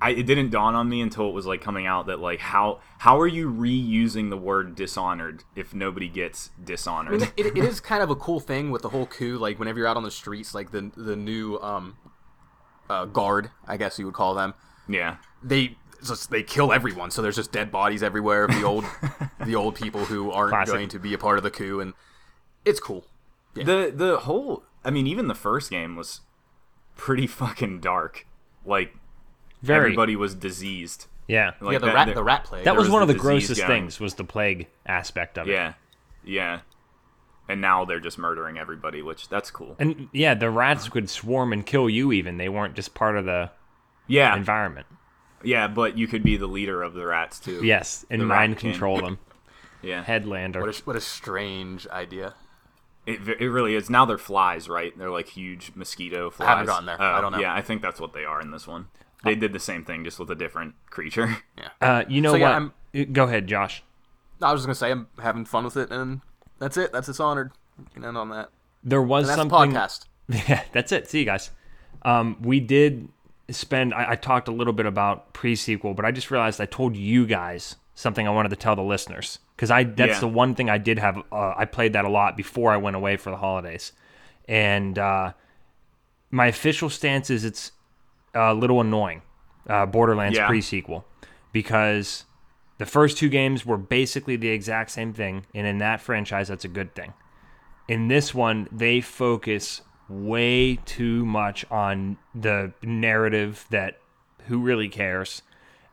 I, it didn't dawn on me until it was like coming out that like how how are you reusing the word dishonored if nobody gets dishonored it, it is kind of a cool thing with the whole coup. Like whenever you're out on the streets, like the the new um, uh, guard, I guess you would call them. yeah They just they kill everyone, so there's just dead bodies everywhere of the old the old people who aren't Classic. going to be a part of the coup, and it's cool. the the whole i mean even the first game was pretty fucking dark like Very. everybody was diseased Yeah. like yeah, the that- rat that- the rat plague. that was was one the of the disease grossest going. things was the plague aspect of it. yeah yeah and now they're just murdering everybody which that's cool And yeah, the rats could swarm and kill you even. They weren't just part of the yeah environment. yeah but you could be the leader of the rats too Yes, and The rat mind king. control them. yeah Headlander. what a, what a strange idea. It, v- it really is. Now they're flies, right? They're like huge mosquito flies. haven't gotten there. Oh, I don't know. Yeah, I think that's what they are in this one. They did the same thing, just with a different creature. Yeah, uh, you know So, yeah, what? Go ahead, Josh. No, I was just gonna say I'm having fun with it, and that's it. That's dishonored. We can end on that. There was That's the something. podcast. Yeah, that's it. See you guys. Um, we did spend. I, I talked a little bit about pre-sequel, but I just realized I told you guys something I wanted to tell the listeners because I that's Yeah. the one thing I did have. Uh, I played that a lot before I went away for the holidays, and uh, my official stance is it's a little annoying. Uh, Borderlands Yeah. pre-sequel because the first two games were basically the exact same thing, and in that franchise, that's a good thing In this one, they focus way too much on the narrative that who really cares.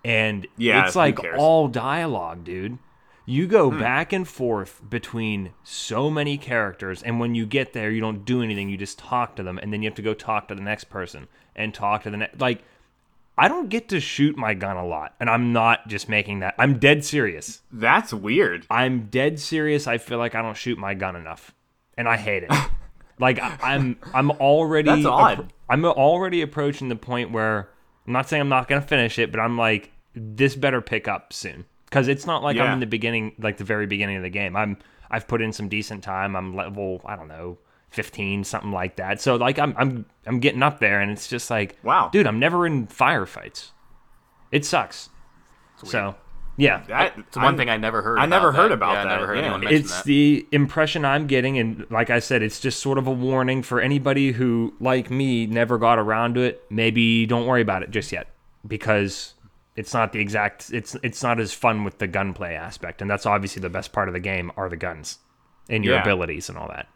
And Yeah, it's who like cares? Hmm. all dialogue, dude. You go back and forth between so many characters, and when you get there, you don't do anything. You just talk to them, and then you have to go talk to the next person and talk to the next. Like, I don't get to shoot my gun a lot, and I'm not just making that. I'm dead serious. That's weird. I'm dead serious. I feel like I don't shoot my gun enough, and I hate it. like I, I'm, I'm already. That's odd. I'm already approaching the point where I'm not saying I'm not gonna finish it, but I'm like, this better pick up soon because it's not like I'm Yeah. in the beginning, like the very beginning of the game. I'm, I've put in some decent time. I'm level, I don't know, 15, something like that. So like I'm, I'm, I'm getting up there, and it's just like, Wow. dude, I'm never in firefights. It sucks. So, yeah, That, It's one I'm- thing I never heard. I about never heard that. about yeah, I that, never heard yeah. anyone mention it's that. the impression I'm getting, and like I said, it's just sort of a warning for anybody who, like me, never got around to it. Maybe don't worry about it just yet, because it's not the exact. It's it's not as fun with the gunplay aspect, and that's obviously the best part of the game are the guns and your Yeah. abilities and all that.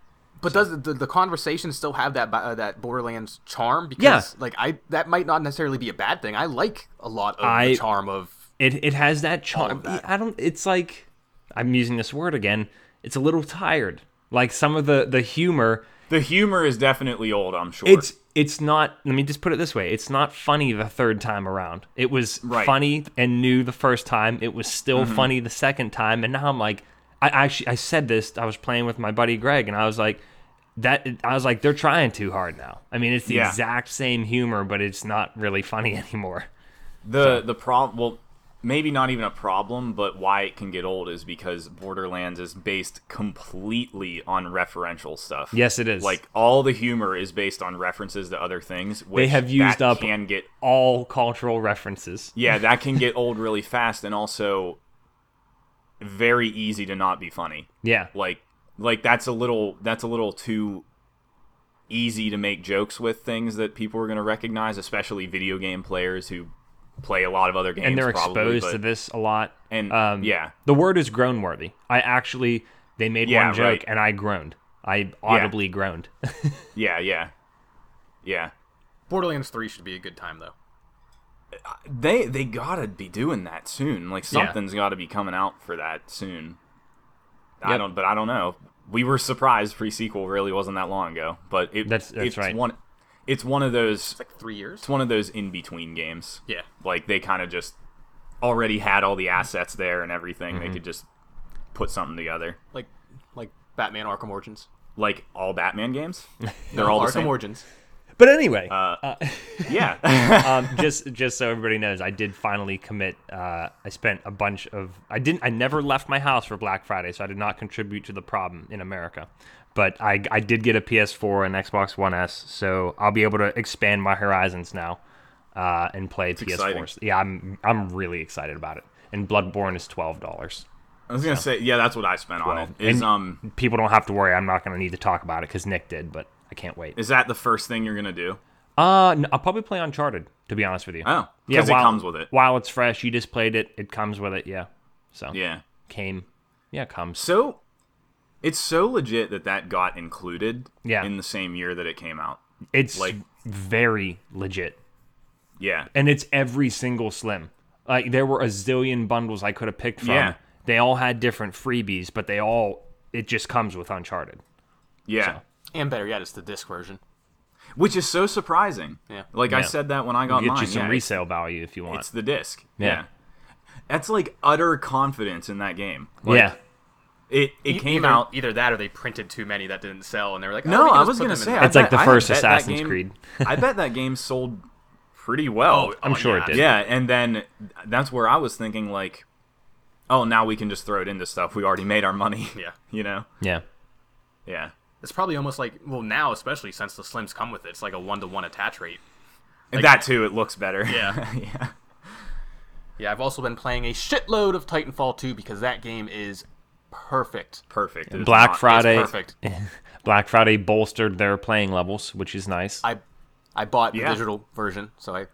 But does the, the conversation still have that ba- uh, that Borderlands charm? Because Yeah. like I that might not necessarily be a bad thing. I like a lot of I- the charm of It it has that charm. of that. I don't. It's like I'm using this word again. It's a little tired. Like some of the the humor. the humor is definitely old. I'm sure. it's it's not let me just put it this way it's not funny the third time around it was Right. Mm-hmm. funny and new the first time it was still funny the second time and now i'm like i actually i said this i was playing with my buddy greg and i was like that i was like they're trying too hard now i mean it's the Yeah. exact same humor but it's not really funny anymore The the problem, well, maybe not even a problem, but why it can get old is because Borderlands is based completely on referential stuff. Yes, it is. Like all the humor is based on references to other things. Which have used that up- Can get all cultural references yeah, that can get old really fast, and also very easy to not be funny. yeah Like like that's a little that's a little too easy to make jokes with things that people are going to recognize, especially video game players who play a lot of other games and they're probably, exposed but- to this a lot and um, yeah, The word is groan worthy. I actually they made Yeah, one joke right. and I groaned. I audibly groaned. yeah, yeah, yeah. Borderlands Three should be a good time though. They they gotta be doing that soon. Like something's gotta be coming out for that soon. I Yep. don't, but I don't know. We were surprised pre sequel really wasn't that long ago, but it, That's- that's it's right. One, it's one of those. It's like three years. It's one of those in between games. Yeah. like they kind of just already had all the assets there and everything. Mm-hmm. They could just put something together. Like like Batman Arkham Origins. Like all Batman games, they're all Arkham the same. Origins. But anyway, Uh, Yeah, um, just just so everybody knows, I did finally commit. Uh, I spent a bunch of. I didn't. I never left my house for Black Friday, so I did not contribute to the problem in America. But I I did get a PS4 and Xbox One S, so I'll be able to expand my horizons now uh, and play PS4. exciting. Yeah, I'm I'm really excited about it. And Bloodborne is twelve dollars. I was gonna say yeah. That's what I spent on it. Is And- um. people don't have to worry. I'm not going to need to talk about it because Nick did, but I can't wait. Is that the first thing you're gonna do? Uh, no, I'll probably play Uncharted to be honest with you. Oh, yeah, because it while- comes with it. While it's fresh, you just played it. It comes with it. Yeah. So Yeah. came. Yeah, comes. So it's so legit that that got included. Yeah. In the same year that it came out. It's like like- very legit, Yeah. and it's every single slim. Like there were a zillion bundles I could have picked from. Yeah. They all had different freebies, but they all it just comes with Uncharted. Yeah. And better yet, it's the disc version. Which is so surprising. Yeah. Like I Yeah. said that when I got Get mine. you some yeah, it's, resale value if you want. it's the disc. Yeah. Yeah. That's like utter confidence in that game. Like, yeah. It it E- came either, out. either that or they printed too many that didn't sell, and they were like, oh, No, we can I just was put gonna them in say. there. I It's like bet- the I first bet that Assassin's game- Creed. I bet that game sold pretty well. I'm Oh, sure it yeah. did. Yeah, and then that's where I was thinking like, oh, now we can just throw it into stuff. We already made our money. Yeah. you know. Yeah. Yeah. It's probably almost like well now, especially since the slims come with it, it's like a one to one attach rate. And that too, it looks better. Yeah. yeah. Yeah, I've also been playing a shitload of Titanfall 2 because that game is perfect. Perfect. It is Black not- it's Friday. perfect. Perfect. Black Friday bolstered their playing levels, which is nice. I I bought the Yeah. digital version, so I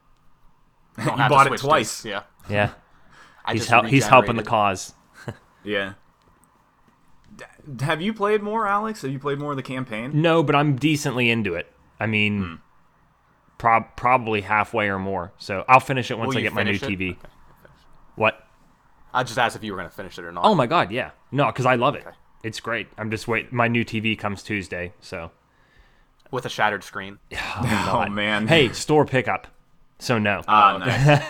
don't You have to bought it switch twice. discs. Yeah, yeah. I He's just hel- he's helping the regenerated. cause. Yeah. D- Have you played more, Alex? Have you played more of the campaign? No, but I'm decently into it. I mean, prob- probably halfway or more. So I'll finish it once Will I you get my new finish it? TV. Okay. What? I just asked if you were going to finish it or not. Oh my god, yeah. No, because I love it. It's great. I'm just wait. My new TV comes Tuesday, so With a shattered screen. Oh man. hey, store pickup. So no, Oh, nice.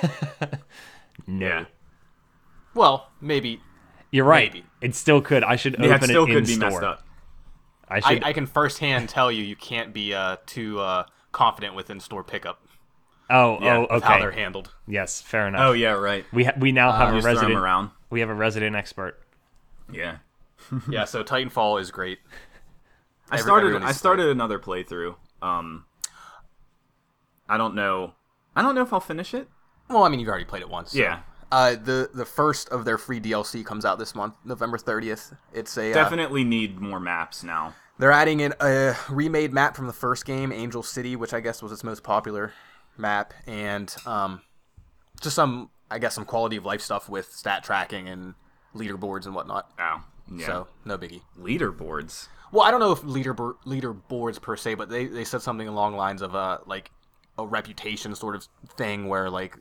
no. yeah. Well, maybe You're right. Maybe. It still could. I should Yeah, open it still it in could be store. messed up. I should. I, I can firsthand tell you you can't be uh, too uh, confident with in-store pickup oh, yeah, oh, with okay. how they're handled. Yes, fair enough. Oh yeah, right. We ha- we now have a Just throw them resident. around. We have a resident expert. Yeah. yeah, so Titanfall is great. I Every- started. everyone is I started another playthrough. Um, I don't know. I don't know if I'll finish it. Well, I mean, you've already played it once. so. Yeah. Uh, the the first of their free DLC comes out this month, November 30th. It's a uh, Definitely need more maps now. They're adding in a remade map from the first game, Angel City, which I guess was its most popular map, and um, just some, I guess, some quality of life stuff with stat tracking and leaderboards and whatnot. Oh, yeah. So no biggie. leaderboards. Well, I don't know if leaderboard leaderboards per se, but they, they said something along the lines of uh like a reputation sort of thing where like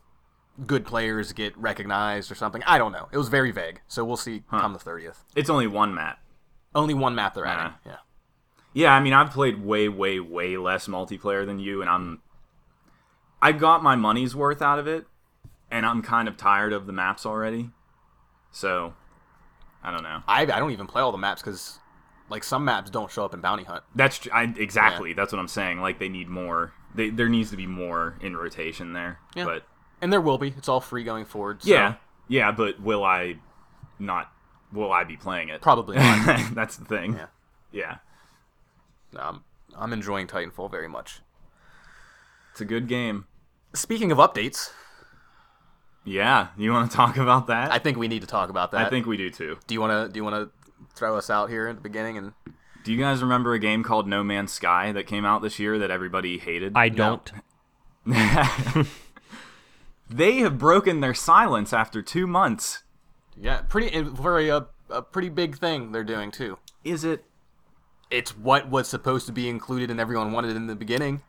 good players get recognized or something. I don't know. It was very vague. So we'll see come the thirtieth. It's only one map. Only one map they're adding. Yeah. Yeah, I mean, I've played way, way, way less multiplayer than you, and I'm. I got my money's worth out of it, and I'm kind of tired of the maps already. So, I don't know. I I don't even play all the maps because like some maps don't show up in Bounty Hunt. That's tr- I, exactly that's what I'm saying. Like they need more. They, there needs to be more in rotation there. Yeah. But And there will be. It's all free going forward. So yeah, yeah. But will I not? Will I be playing it? Probably not. that's the thing. Yeah. yeah. um, I'm enjoying Titanfall very much. It's a good game. Speaking of updates, Yeah. You want to talk about that? I uh, think we need to talk about that. I think we do too. Do you wanna do you wanna throw us out here at the beginning and Do you guys remember a game called No Man's Sky that came out this year that everybody hated? I don't. they have broken their silence after two months. Yeah, pretty and very uh, a pretty big thing they're doing too. Is it? It's what was supposed to be included and everyone wanted in the beginning.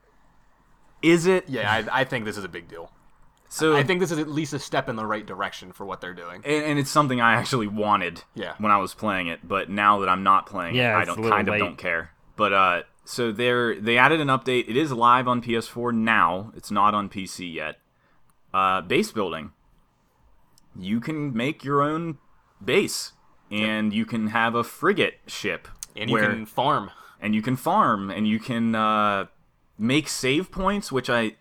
Is it? Yeah, I, I think this is a big deal. So I think this is at least a step in the right direction for what they're doing. and, and it's something I actually wanted Yeah. when I was playing it, but now that I'm not playing Yeah, it, I it's a don't little kind of late. don't care. But uh so they're they added an update. It is live on PS4 now. It's not on PC yet. Uh base building. You can make your own base and you can have a frigate ship And you where- can farm. and you can farm and you can uh, make save points which i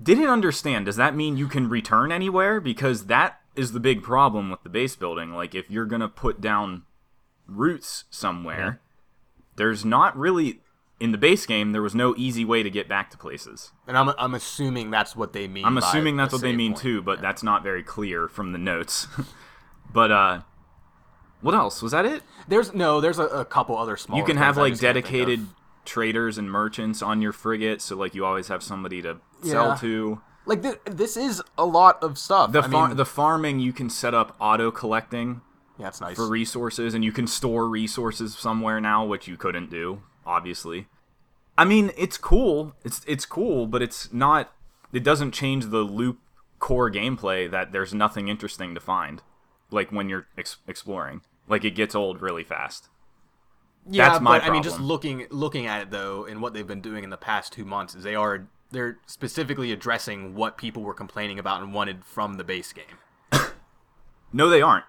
didn't understand does that mean you can return anywhere because that is the big problem with the base building like if you're gonna put down roots somewhere there's not really in the base game there was no easy way to get back to places And I'm, I'm assuming that's what they mean. i'm by assuming that's the what they save mean point. too but that's not very clear from the notes but uh what else was that it There's no, there's a, a couple other small. you can have like dedicated traders and merchants on your frigate so like you always have somebody to Yeah. sell to Like th- this is a lot of stuff. the, I far- mean, the farming you can set up auto collecting yeah, that's nice. for resources and you can store resources somewhere now which you couldn't do obviously i mean it's cool it's it's cool but it's not it doesn't change the loop core gameplay that there's nothing interesting to find like when you're ex- exploring like it gets old really fast Yeah, That's my but I mean, just problem. looking looking at it though, and what they've been doing in the past two months is they are they're specifically addressing what people were complaining about and wanted from the base game. no they aren't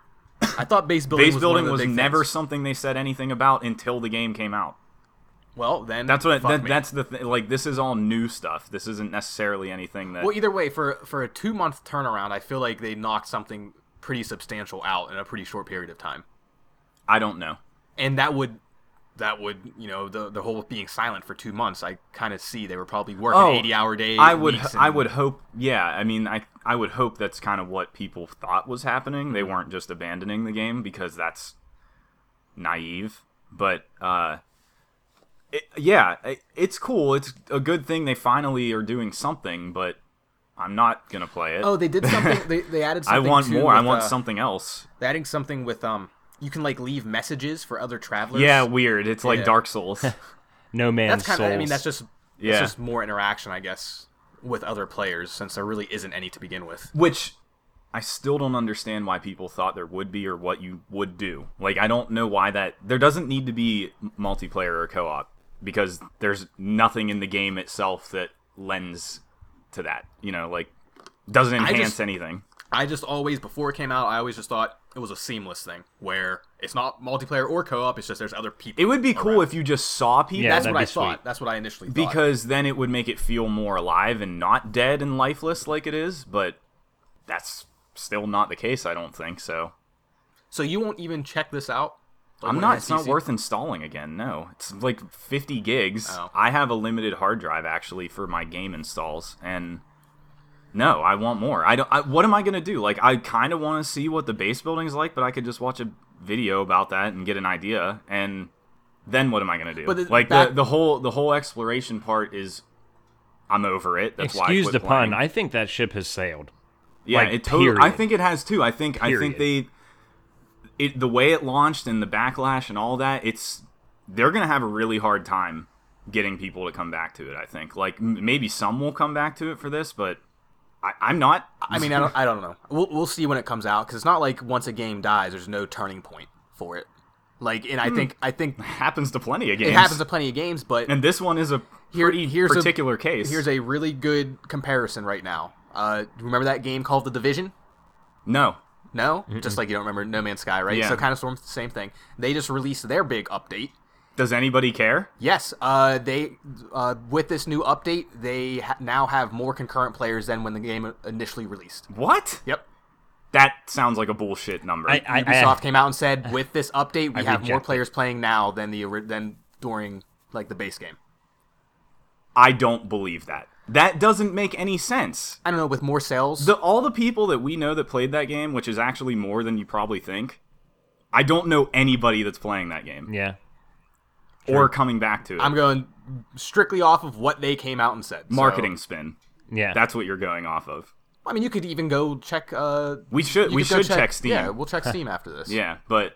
I thought base building Base was one of building the was big never things. something they said anything about until the game came out. well. Then That's what fuck that, me. that's the th- like. This is all new stuff. This isn't necessarily anything that. well. Either way, for for a two month turnaround, I feel like they knocked something pretty substantial out in a pretty short period of time, I don't know. and that would that would you know the the whole being silent for two months. I kind of see they were probably working Oh, eighty hour days. I would weeks, I and- would hope. Yeah, I mean, I I would hope that's kind of what people thought was happening. They weren't just abandoning the game because that's naive. But uh, it, yeah, i it's cool. It's a good thing they finally are doing something. But I'm not gonna play it. Oh, they did something. They, they added I something. want too more. I with, want uh, something else. They're adding something with um you can like leave messages for other travelers. Yeah, weird. It's like Yeah. Dark Souls. No man's that's kind of. I mean, Souls. that's just Yeah. that's just more interaction, I guess, with other players since there really isn't any to begin with. Which I still don't understand why people thought there would be or what you would do. Like I don't know why that there doesn't need to be m- multiplayer or co-op because there's nothing in the game itself that lends to that. You know, like doesn't enhance just- anything. I just always before it came out, I always just thought it was a seamless thing where it's not multiplayer or co-op. It's just there's other people. It would be cool if you just saw people. Yeah, that's that'd what be I thought. sweet. That's what I initially thought. because then it would make it feel more alive and not dead and lifeless like it is, but that's still not the case, I don't think. So so you won't even check this out. Like, I'm when not. it's It's not PC? worth installing again. No, it's like 50 gigs. Oh. I have a limited hard drive actually for my game installs, and no, I want more. I don't. I, what am I gonna do? Like, I kind of want to see what the base building's like, but I could just watch a video about that and get an idea, and then what am I gonna do? But the- like that- the the whole the whole exploration part is. I'm over it. That's why. I Excuse quit the pun. playing. I think that ship has sailed. Yeah, Like, it totally. I period. think it has too. I think I think Period. they, it the way it launched and the backlash and all that. It's they're gonna have a really hard time getting people to come back to it. I think like m- maybe some will come back to it for this, but I, I'm not. I mean, I don't. I don't know. We'll we'll see when it comes out because it's not like once a game dies, there's no turning point for it. Like, and Hmm. I think I think happens to plenty of games. it happens to plenty of games, but and this one is a Here- pretty here's a- particular case. here's a really good comparison right now. Uh, do you remember that game called The Division? no. No, just like you don't remember No Man's Sky, right? Yeah. So kind of sort of the same thing. They just released their big update. Does anybody care? Yes, uh, they uh, with this new update, they ha- now have more concurrent players than when the game initially released. What? Yep. That sounds like a bullshit number. I, I, I, Ubisoft came out and said, with this update, we I have more reject it. players playing now than the ori- than during like the base game. I don't believe that. That doesn't make any sense. I don't know with more sales. the all the people that we know that played that game, which is actually more than you probably think. I don't know anybody that's playing that game yeah. or coming back to it. I'm going strictly off of what they came out and said. So- Marketing spin. Yeah. That's what you're going off of. I mean, you could even go check. Uh, We should you we could go should check, Steam. Yeah, Yeah, we'll check Steam after this. but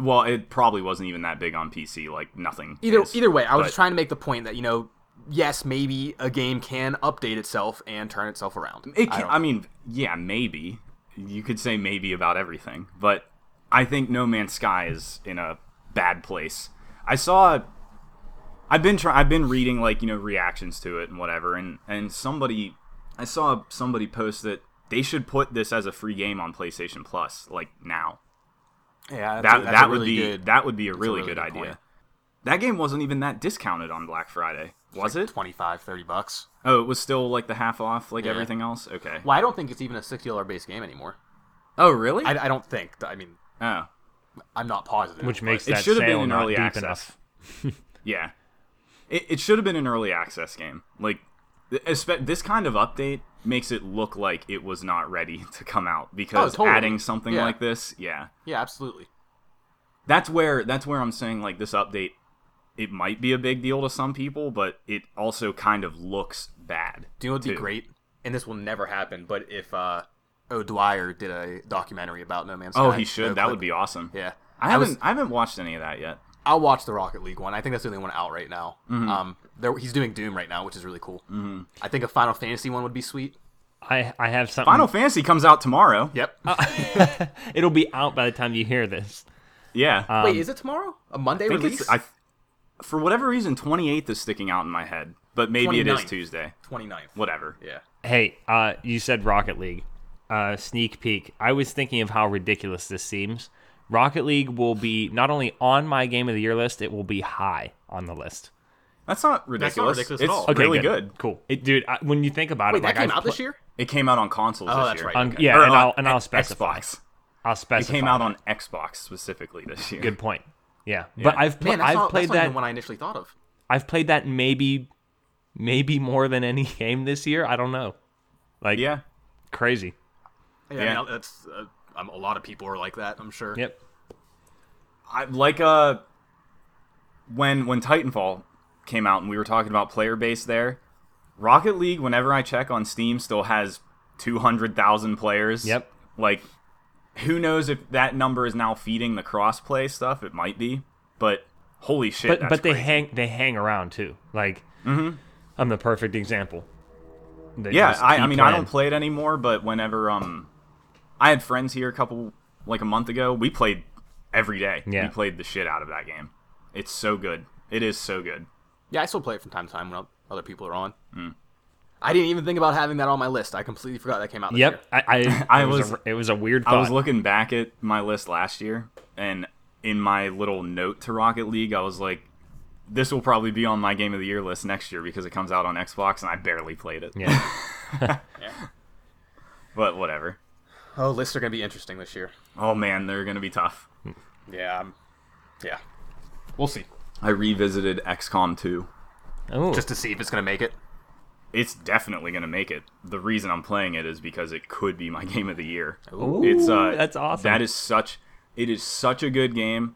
well, it probably wasn't even that big on PC. Like nothing. Either is, either way, I was but- just trying to make the point that you know, yes, maybe a game can update itself and turn itself around. It can, don't- I, mean, yeah, maybe. You could say maybe about everything, but I think No Man's Sky is in a bad place. I saw I've been try- I've been reading like, you know, reactions to it and whatever and and somebody I saw somebody post that they should put this as a free game on PlayStation Plus like now. Yeah, That that would be that would be a really, really good, good idea. point. That game wasn't even that discounted on Black Friday, was it? 25, 30 bucks. Oh, it was still like the half off like everything else. Okay. Well, I don't think it's even a sixty dollar base game anymore. Oh, really? I, I don't think. I mean, oh. I'm not positive. Which makes It that should have been sail an not early deep access. enough. Yeah, it, it should have been an early access game. Like, th- espe- this kind of update makes it look like it was not ready to come out because totally. adding something Yeah. like this, yeah, yeah, absolutely. that's where that's where I'm saying like this update, it might be a big deal to some people, but it also kind of looks bad. Do you know what'd be too. great? And this will never happen, but if uh, O'Dwyer did a documentary about No Man's Sky, Oh, he should. That would Oakland- be awesome. Yeah, I was- haven't I haven't watched any of that yet. I'll watch the Rocket League one. I think that's the only one out right now. Um, there, he's doing Doom right now, which is really cool. Mm-hmm. I think a Final Fantasy one would be sweet. I, I have something. Final Fantasy comes out tomorrow. Yep. It'll be out by the time you hear this. Yeah. Wait, is it tomorrow? A Monday I think release? it's I, for whatever reason 28th is sticking out in my head, but maybe it 29th. is Tuesday. 29th. Whatever. Yeah. Hey, uh, you said Rocket League. Uh, sneak peek. I was thinking of how ridiculous this seems. Rocket League will be not only on my game of the year list, it will be high on the list. That's not ridiculous. ridiculous at it's all. Okay, really good. Cool. It, dude, I, when you think about Wait, it, like that came I've out pl- this year? It came out on consoles Oh, this that's year. right. on- Okay. yeah, Or and on I'll and I'll X- specify. Xbox. I'll It specify. came out on Xbox specifically this year. Good point. Yeah, but I've pl- Man, that's I've not, played that's not that even the one I initially thought of. I've played that maybe maybe more than any game this year. I don't know. Like Yeah. crazy. Yeah, Yeah. I mean, that's uh, um, a lot of people are like that. I'm sure. Yep. I, like uh when when Titanfall came out and we were talking about player base there, Rocket League whenever I check on Steam still has 200,000 players. Yep. Like who knows if that number is now feeding the crossplay stuff? It might be, but holy shit! but that's but they crazy. Mm-hmm. hang they hang around too. Like I'm the perfect example. They Yeah, just I, I keep mean, I playing. don't play it anymore, but whenever um, I had friends here a couple like a month ago. We played every day. Yeah. We played the shit out of that game. It's so good. It is so good. Yeah, I still play it from time to time when other people are on. I didn't even think about having that on my list. I completely forgot that came out. This Yep, year. I I, I it was, was- a, it was a weird. Thought. I was looking back at my list last year, and in my little note to Rocket League, I was like, "This will probably be on my Game of the Year list next year because it comes out on Xbox, and I barely played it." Yeah, But whatever. Oh, lists are gonna be interesting this year. Oh man, they're gonna be tough. Yeah, I'm, yeah. We'll see. I revisited XCOM 2. Ooh, Just to see if it's gonna make it. It's definitely gonna make it. The reason I'm playing it is because it could be my Game of the Year. it's uh, that's awesome. That is such. It is such a good game.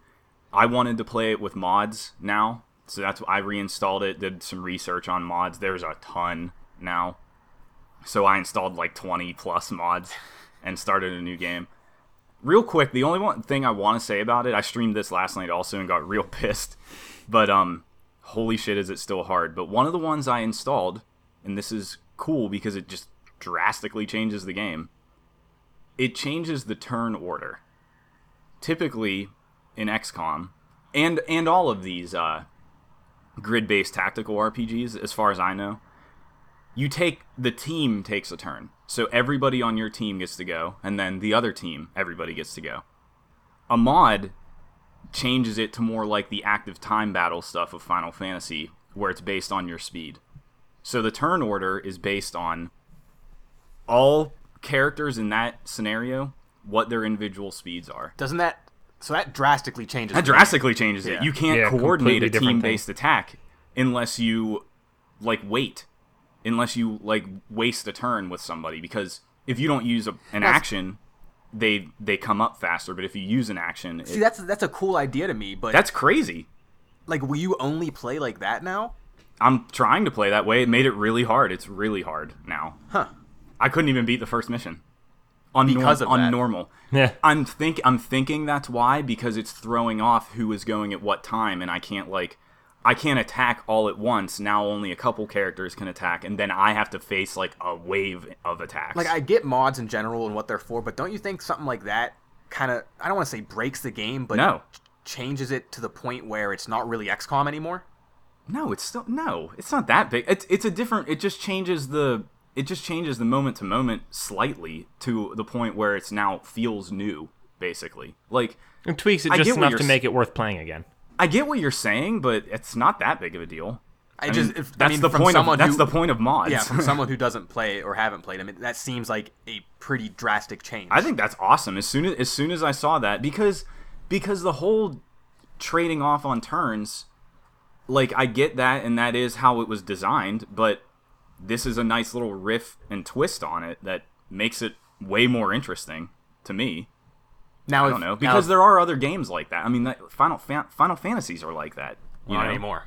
I wanted to play it with mods now, so that's why I reinstalled it. Did some research on mods. There's a ton now, so I installed like 20 plus mods and started a new game. Real quick, the only one thing I want to say about it, I streamed this last night also and got real pissed, but um, holy shit, is it still hard? But one of the ones I installed, and this is cool because it just drastically changes the game it changes the turn order. Typically, in XCOM, and and all of these uh, grid-based tactical RPGs, as far as I know, you take the team takes a turn, so everybody on your team gets to go, and then the other team, everybody gets to go. A mod changes it to more like the active time battle stuff of Final Fantasy, where it's based on your speed. So the turn order is based on all characters in that scenario what their individual speeds are. Doesn't that? So that drastically changes. That the game. drastically changes it. You can't Yeah, coordinate completely a different thing. team-based attack unless you like wait, unless you like waste a turn with somebody because if you don't use a, an action, they they come up faster. But if you use an action, it, See, that's that's a cool idea to me, but that's crazy. like, will you only play like that now? I'm trying to play that way. It made it really hard. It's really hard now. Huh. I couldn't even beat the first mission on Because norm- of on that. normal. Yeah. I'm think I'm thinking that's why because it's throwing off who is going at what time, and I can't like I can't attack all at once. Now only a couple characters can attack, and then I have to face like a wave of attacks. Like, I get mods in general and what they're for, but don't you think something like that kind of I don't want to say breaks the game, but No. ch- changes it to the point where it's not really XCOM anymore? no, it's still no, it's not that big. It's it's a different. It just changes the it just changes the moment to moment slightly to the point where it's now feels new basically. Like It tweaks it I just get what enough you're to s- make it worth playing again. I get what you're saying, but it's not that big of a deal. I, I just mean, if, that's I mean, the from point. someone Of, that's who, the point of mods. Yeah, from someone who doesn't play or haven't played them, it, that seems like a pretty drastic change. I think that's awesome. As soon as as soon as I saw that, because because the whole trading off on turns, like I get that, and that is how it was designed. But this is a nice little riff and twist on it that makes it way more interesting to me. now I don't know because there are other games like that. I mean, that Final Fan- Final Fantasies are like that. You not know? anymore.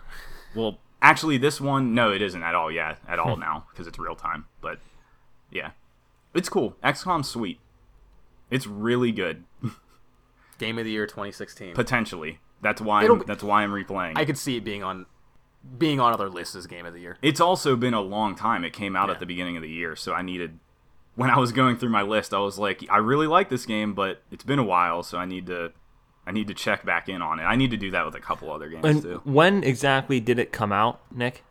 Well, actually, this one no, it isn't at all. Yeah, at Hmm. all now because it's real time. But yeah, it's cool. XCOM's sweet. It's really good. Game of the Year 2016. potentially. That's why It'll I'm, be- that's why I'm replaying. I could see it being on being on other lists as Game of the Year. it's also been a long time. It came out Yeah. at the beginning of the year, so I needed when I was going through my list, I was like, I really like this game, but it's been a while, so I need to I need to check back in on it. I need to do that with a couple other games And too. when exactly did it come out, Nick?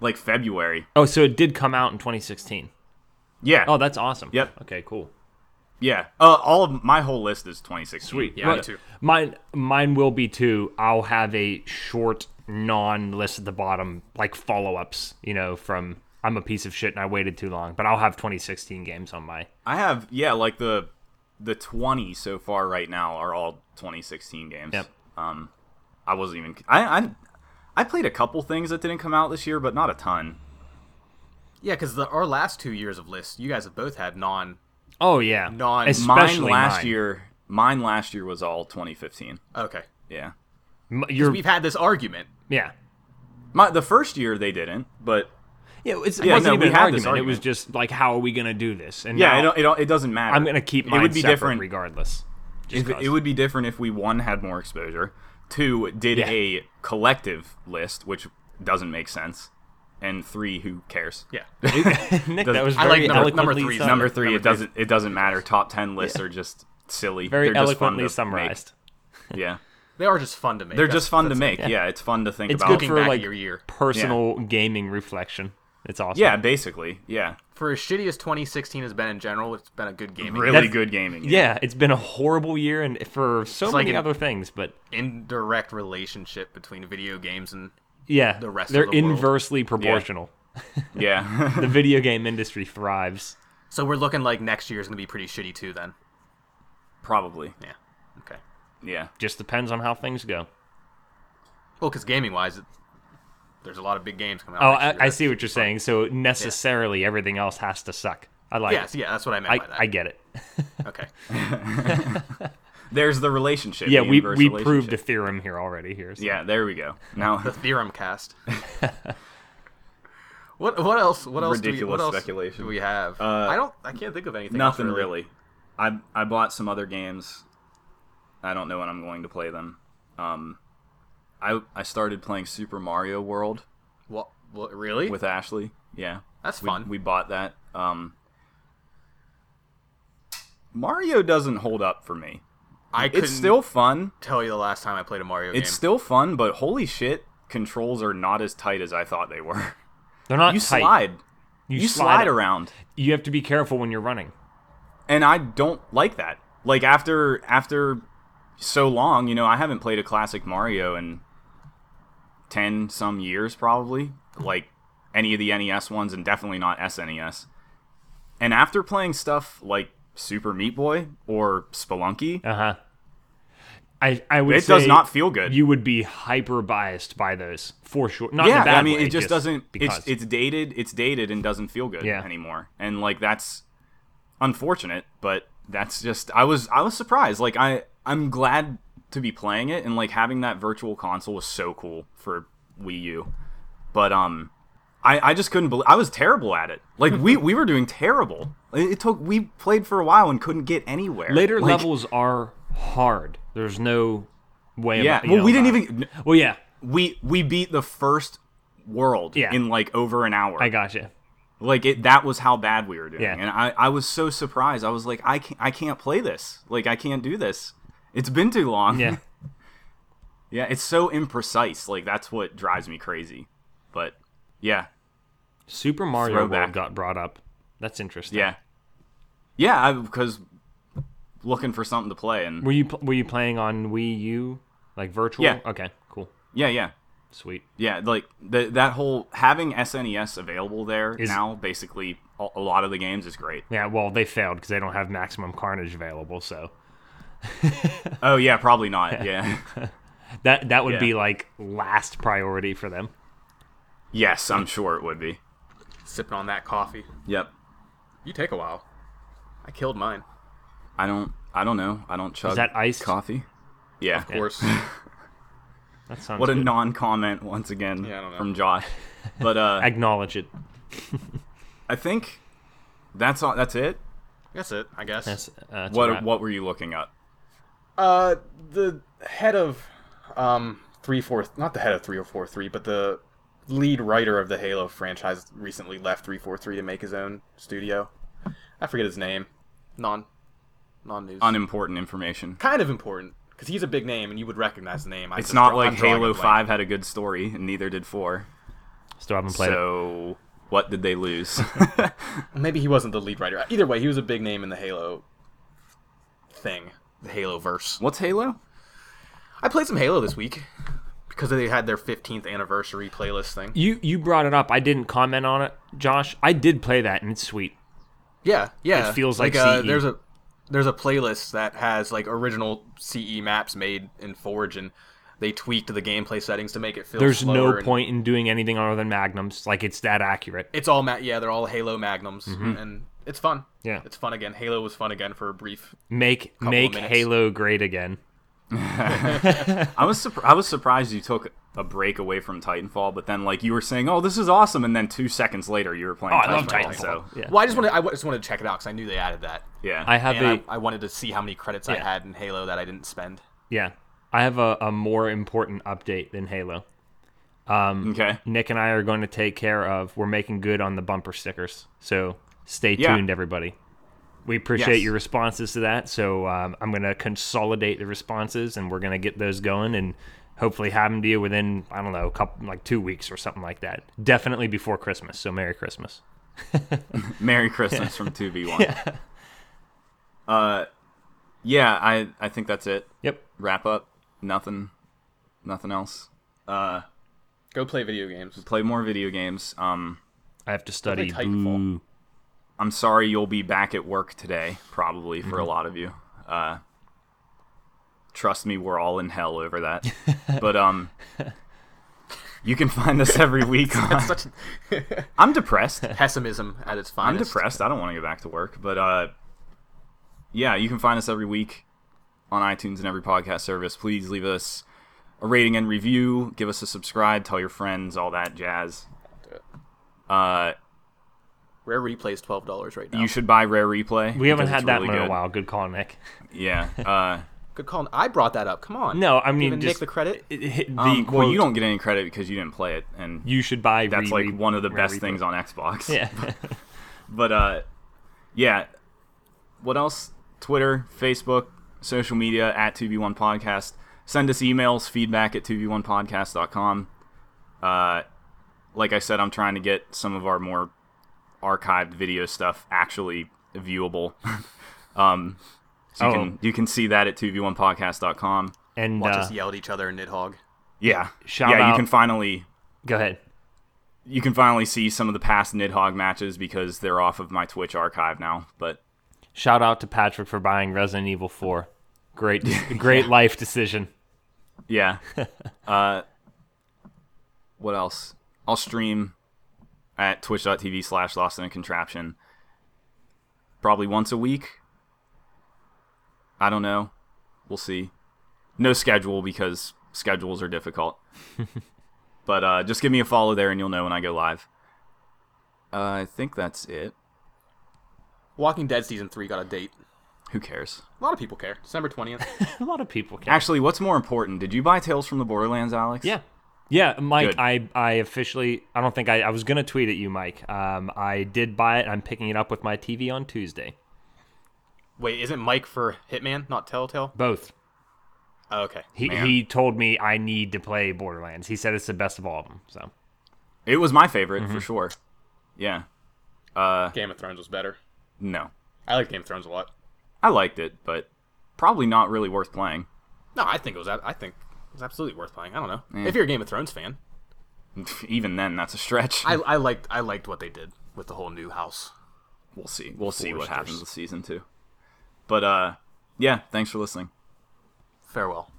Like February. Oh, so it did come out in 2016. Yeah. Oh, that's awesome. Yep. Okay, cool. yeah. Uh, all of my whole list is 2016. Sweet. Yeah, me too. Mine, mine will be too. I'll have a short non-list at the bottom, like follow-ups. You know, from I'm a piece of shit and I waited too long, but I'll have 2016 games on my. I have yeah, like the the 20 so far right now are all 2016 games. Yep. Um I wasn't even I I I played a couple things that didn't come out this year, but not a ton. Yeah, because our last two years of lists, you guys have both had non. Oh yeah, Non- especially mine last mine. year mine last year was all 2015 Okay, yeah M- You're, we've had this argument. yeah, my, the first year they didn't but Yeah, it's, it Yeah, wasn't no, even we an had this argument. It was just like, how are we going to do this? And Yeah, now it, don't- it, don't- it doesn't matter. I'm going to keep mine It would be separate different. regardless. Just If, 'cause. it would be different if we one had more exposure, two did Yeah. a collective list, which doesn't make sense, and three, who cares? Yeah. Nick, that was I very like number- number eloquently three. summarized. Number three, Number it doesn't it doesn't matter. Top ten lists are just silly. very They're just fun eloquently to make. summarized. Yeah, They are just fun to make. they're That's- just fun to that's- make. Yeah. it's fun to think It's about. good Looking for back at like your year. personal gaming reflection. It's awesome. yeah, basically, yeah, For as shitty as 2016 has been in general, it's been a good gaming. really That's- good gaming. yeah. It's been a horrible year, and for so It's like many an- other things, but Indirect relationship between video games and yeah, the rest of they're the world. inversely proportional. yeah. The video game industry thrives. so we're looking like next year's gonna be pretty shitty too. Then. Probably, Yeah. Okay. yeah. Just depends on how things go. Well, because gaming wise, it, there's a lot of big games coming out. Oh, next year. I, I see what you're saying. So necessarily, everything else has to suck. I like. Yes, yeah, that's what I meant it. by that. I, I get it. okay. There's the relationship. Yeah, the we inverse we relationship. proved a theorem here already. Here. so- Yeah, there we go. Now, Theorem cast. what what else? What else? do we, what Ridiculous else speculation. Do we have? Uh, I don't. I can't think of anything. else nothing really. I I bought some other games. I don't know when I'm going to play them. Um, I I started playing Super Mario World What? What? Really? with Ashley. Yeah, That's we, fun. We bought that. Um, Mario doesn't hold up for me. I couldn't It's still fun. tell you the last time I played a Mario It's game. still fun, but holy shit, controls are not as tight as I thought they were. They're not You tight. slide. You, You slide around. You have to be careful when you're running. and I don't like that. Like after after so long, you know, I haven't played a classic Mario in ten some years probably. Like any of the NES ones, and definitely not SNES. And after playing stuff like Super Meat Boy or Spelunky, Uh huh. I I would. it does say not feel good. You would be hyper biased by those for sure. Not in a yeah, bad I mean, way, it just doesn't. Because It's it's dated. It's dated and doesn't feel good Yeah. anymore. And like that's unfortunate, but that's just. I was I was surprised. Like I I'm glad to be playing it and like having that virtual console was so cool for Wii U, but um. I, I just couldn't believe I was terrible at it. Like we, we were doing terrible. It, it took we played for a while and couldn't get anywhere. later Like, levels are hard. There's no way. Yeah. about- you Well, know, uh, we didn't about it. even Well, yeah. we we beat the first world Yeah. in like over an hour. I gotcha. like it that was how bad we were doing Yeah. and I, I was so surprised i was like I can't, I can't play this like i can't do this it's been too long Yeah. yeah it's so imprecise like that's what drives me crazy but yeah Super Mario Throwback. World got brought up. That's interesting. yeah yeah because looking for something to play and Were you pl- were you playing on Wii U, like virtual? Yeah. Okay. Cool. yeah yeah Sweet. yeah like the, that whole having snes available there Is- now basically a, a lot of the games is great Yeah. Well, they failed because they don't have Maximum Carnage available. So oh yeah probably not yeah that that would Yeah. be like last priority for them. yes i'm sure it would be Sipping on that coffee. yep You take a while. I killed mine. I don't. I don't know. I don't chug. that iced? coffee? Yeah. Of course. That sounds. What a good. non-comment once again Yeah, I don't know. from Josh. But uh, acknowledge it. I think that's all. That's it. that's it. I guess. That's, uh, that's What a wrap. What were you looking up? Uh, the head of um three four not the head of three or four three, but the lead writer of the Halo franchise recently left three four three to make his own studio. I forget his name. Non, non news. Unimportant information. kind of important because he's a big name and you would recognize the name. I It's just not draw- I'm like drawing a Halo blank. Five had a good story, and neither did Four. Still haven't played it. so what did they lose? Maybe he wasn't the lead writer. Either way, he was a big name in the Halo thing, the Halo verse. What's Halo? I played some Halo this week because they had their 15th anniversary playlist thing. You you brought it up. I didn't comment on it, Josh. I did play that, and it's sweet. Yeah, yeah. It feels like E. uh, CE. there's a there's a playlist that has like original CE maps made in Forge, and they tweaked the gameplay settings to make it feel. There's slower no and- point in doing anything other than magnums. Like it's that accurate. It's all ma- yeah, they're all Halo magnums, and it's fun. Mm-hmm. Yeah. it's fun again. Halo was fun again for a brief. Make make minutes. Halo great again. I was surpri- I was surprised you took a break away from Titanfall, but then like you were saying, oh, this is awesome, and then two seconds later you were playing. Oh, Titanfall, I love Titanfall. So Yeah. Well, I just wanted I wa- just wanted to check it out because I knew they added that. yeah, I have And a I, I wanted to see how many credits I Yeah. had in Halo that I didn't spend. yeah. I have a, a more important update than Halo. okay. Nick and I are going to take care of. We're making good on the bumper stickers, so stay Yeah. tuned, everybody. We appreciate Yes. your responses to that. So um, I'm going to consolidate the responses, and we're going to get those going, and hopefully have them to you within I don't know, a couple like two weeks or something like that. Definitely before Christmas. So Merry Christmas. Merry Christmas from two v one. Uh, yeah, I I think that's it. Yep. Wrap up. Nothing, nothing else. Go play video games. Play more video games. Um, I have to study. Probably Titanfall. Boo. I'm sorry you'll be back at work today, probably for a lot of you. Uh, trust me, we're all in hell over that. but um, you can find us every week. On... Such I'm depressed. pessimism at its I'm finest. depressed. I don't want to go back to work. But uh, yeah, you can find us every week on iTunes and every podcast service. Please leave us a rating and review. Give us a subscribe. Tell your friends. All that jazz. Uh, Rare replay is twelve dollars right now. You should buy Rare Replay. We haven't because had it's that really one in good. a while. Um, Good call, Nick. Yeah. Uh, Good call. I brought that up. Come on. No, I mean Giving just Nick the credit. it- it- the um, well, quote, you don't get any credit because you didn't play it, and You should buy. that's re- like one of the re- best re- things on Xbox. Yeah. But uh, yeah. What else? Twitter, Facebook, social media at 2v1 podcast. Send us emails, feedback at 2v1podcast.com. Uh, like I said, I'm trying to get some of our more archived video stuff actually viewable. um, so you, Oh. can, you can see that at 2v1podcast.com. and Watch uh, us yell at each other and nidhog. Yeah. Shout yeah, you out- can finally go ahead. you can finally see some of the past Nidhogg matches because they're off of my Twitch archive now. But Shout out to Patrick for buying Resident Evil 4. Great, great life decision. yeah. uh what else? I'll stream at twitch.tv slash lost in a contraption. Probably once a week. I don't know. We'll see. No schedule because schedules are difficult. but uh, just give me a follow there and you'll know when I go live. Uh, I think that's it. Walking Dead season three got a date. Who cares? A lot of people care. December twentieth. A lot of people can. Actually, what's more important? Did you buy Tales from the Borderlands, Alex? yeah. Yeah, Mike, Good. I, I officially, I don't think I, I was going to tweet at you, Mike. Um, I did buy it. I'm picking it up with my TV on Tuesday. Wait, isn't Mike for Hitman, not Telltale? Both. Oh, okay. He, Man. he told me I need to play Borderlands. He said it's the best of all of them. So It was my favorite for sure. Yeah. Game of Thrones was better. No. I like Game of Thrones a lot. I liked it, but probably not really worth playing. No, I think it was. I think it was absolutely worth playing. I don't know. If you're a Game of Thrones fan, Even then, that's a stretch. I, I liked I liked what they did with the whole new house. we'll see. We'll see what Foresters. happens with season two. But uh, yeah. Thanks for listening. Farewell.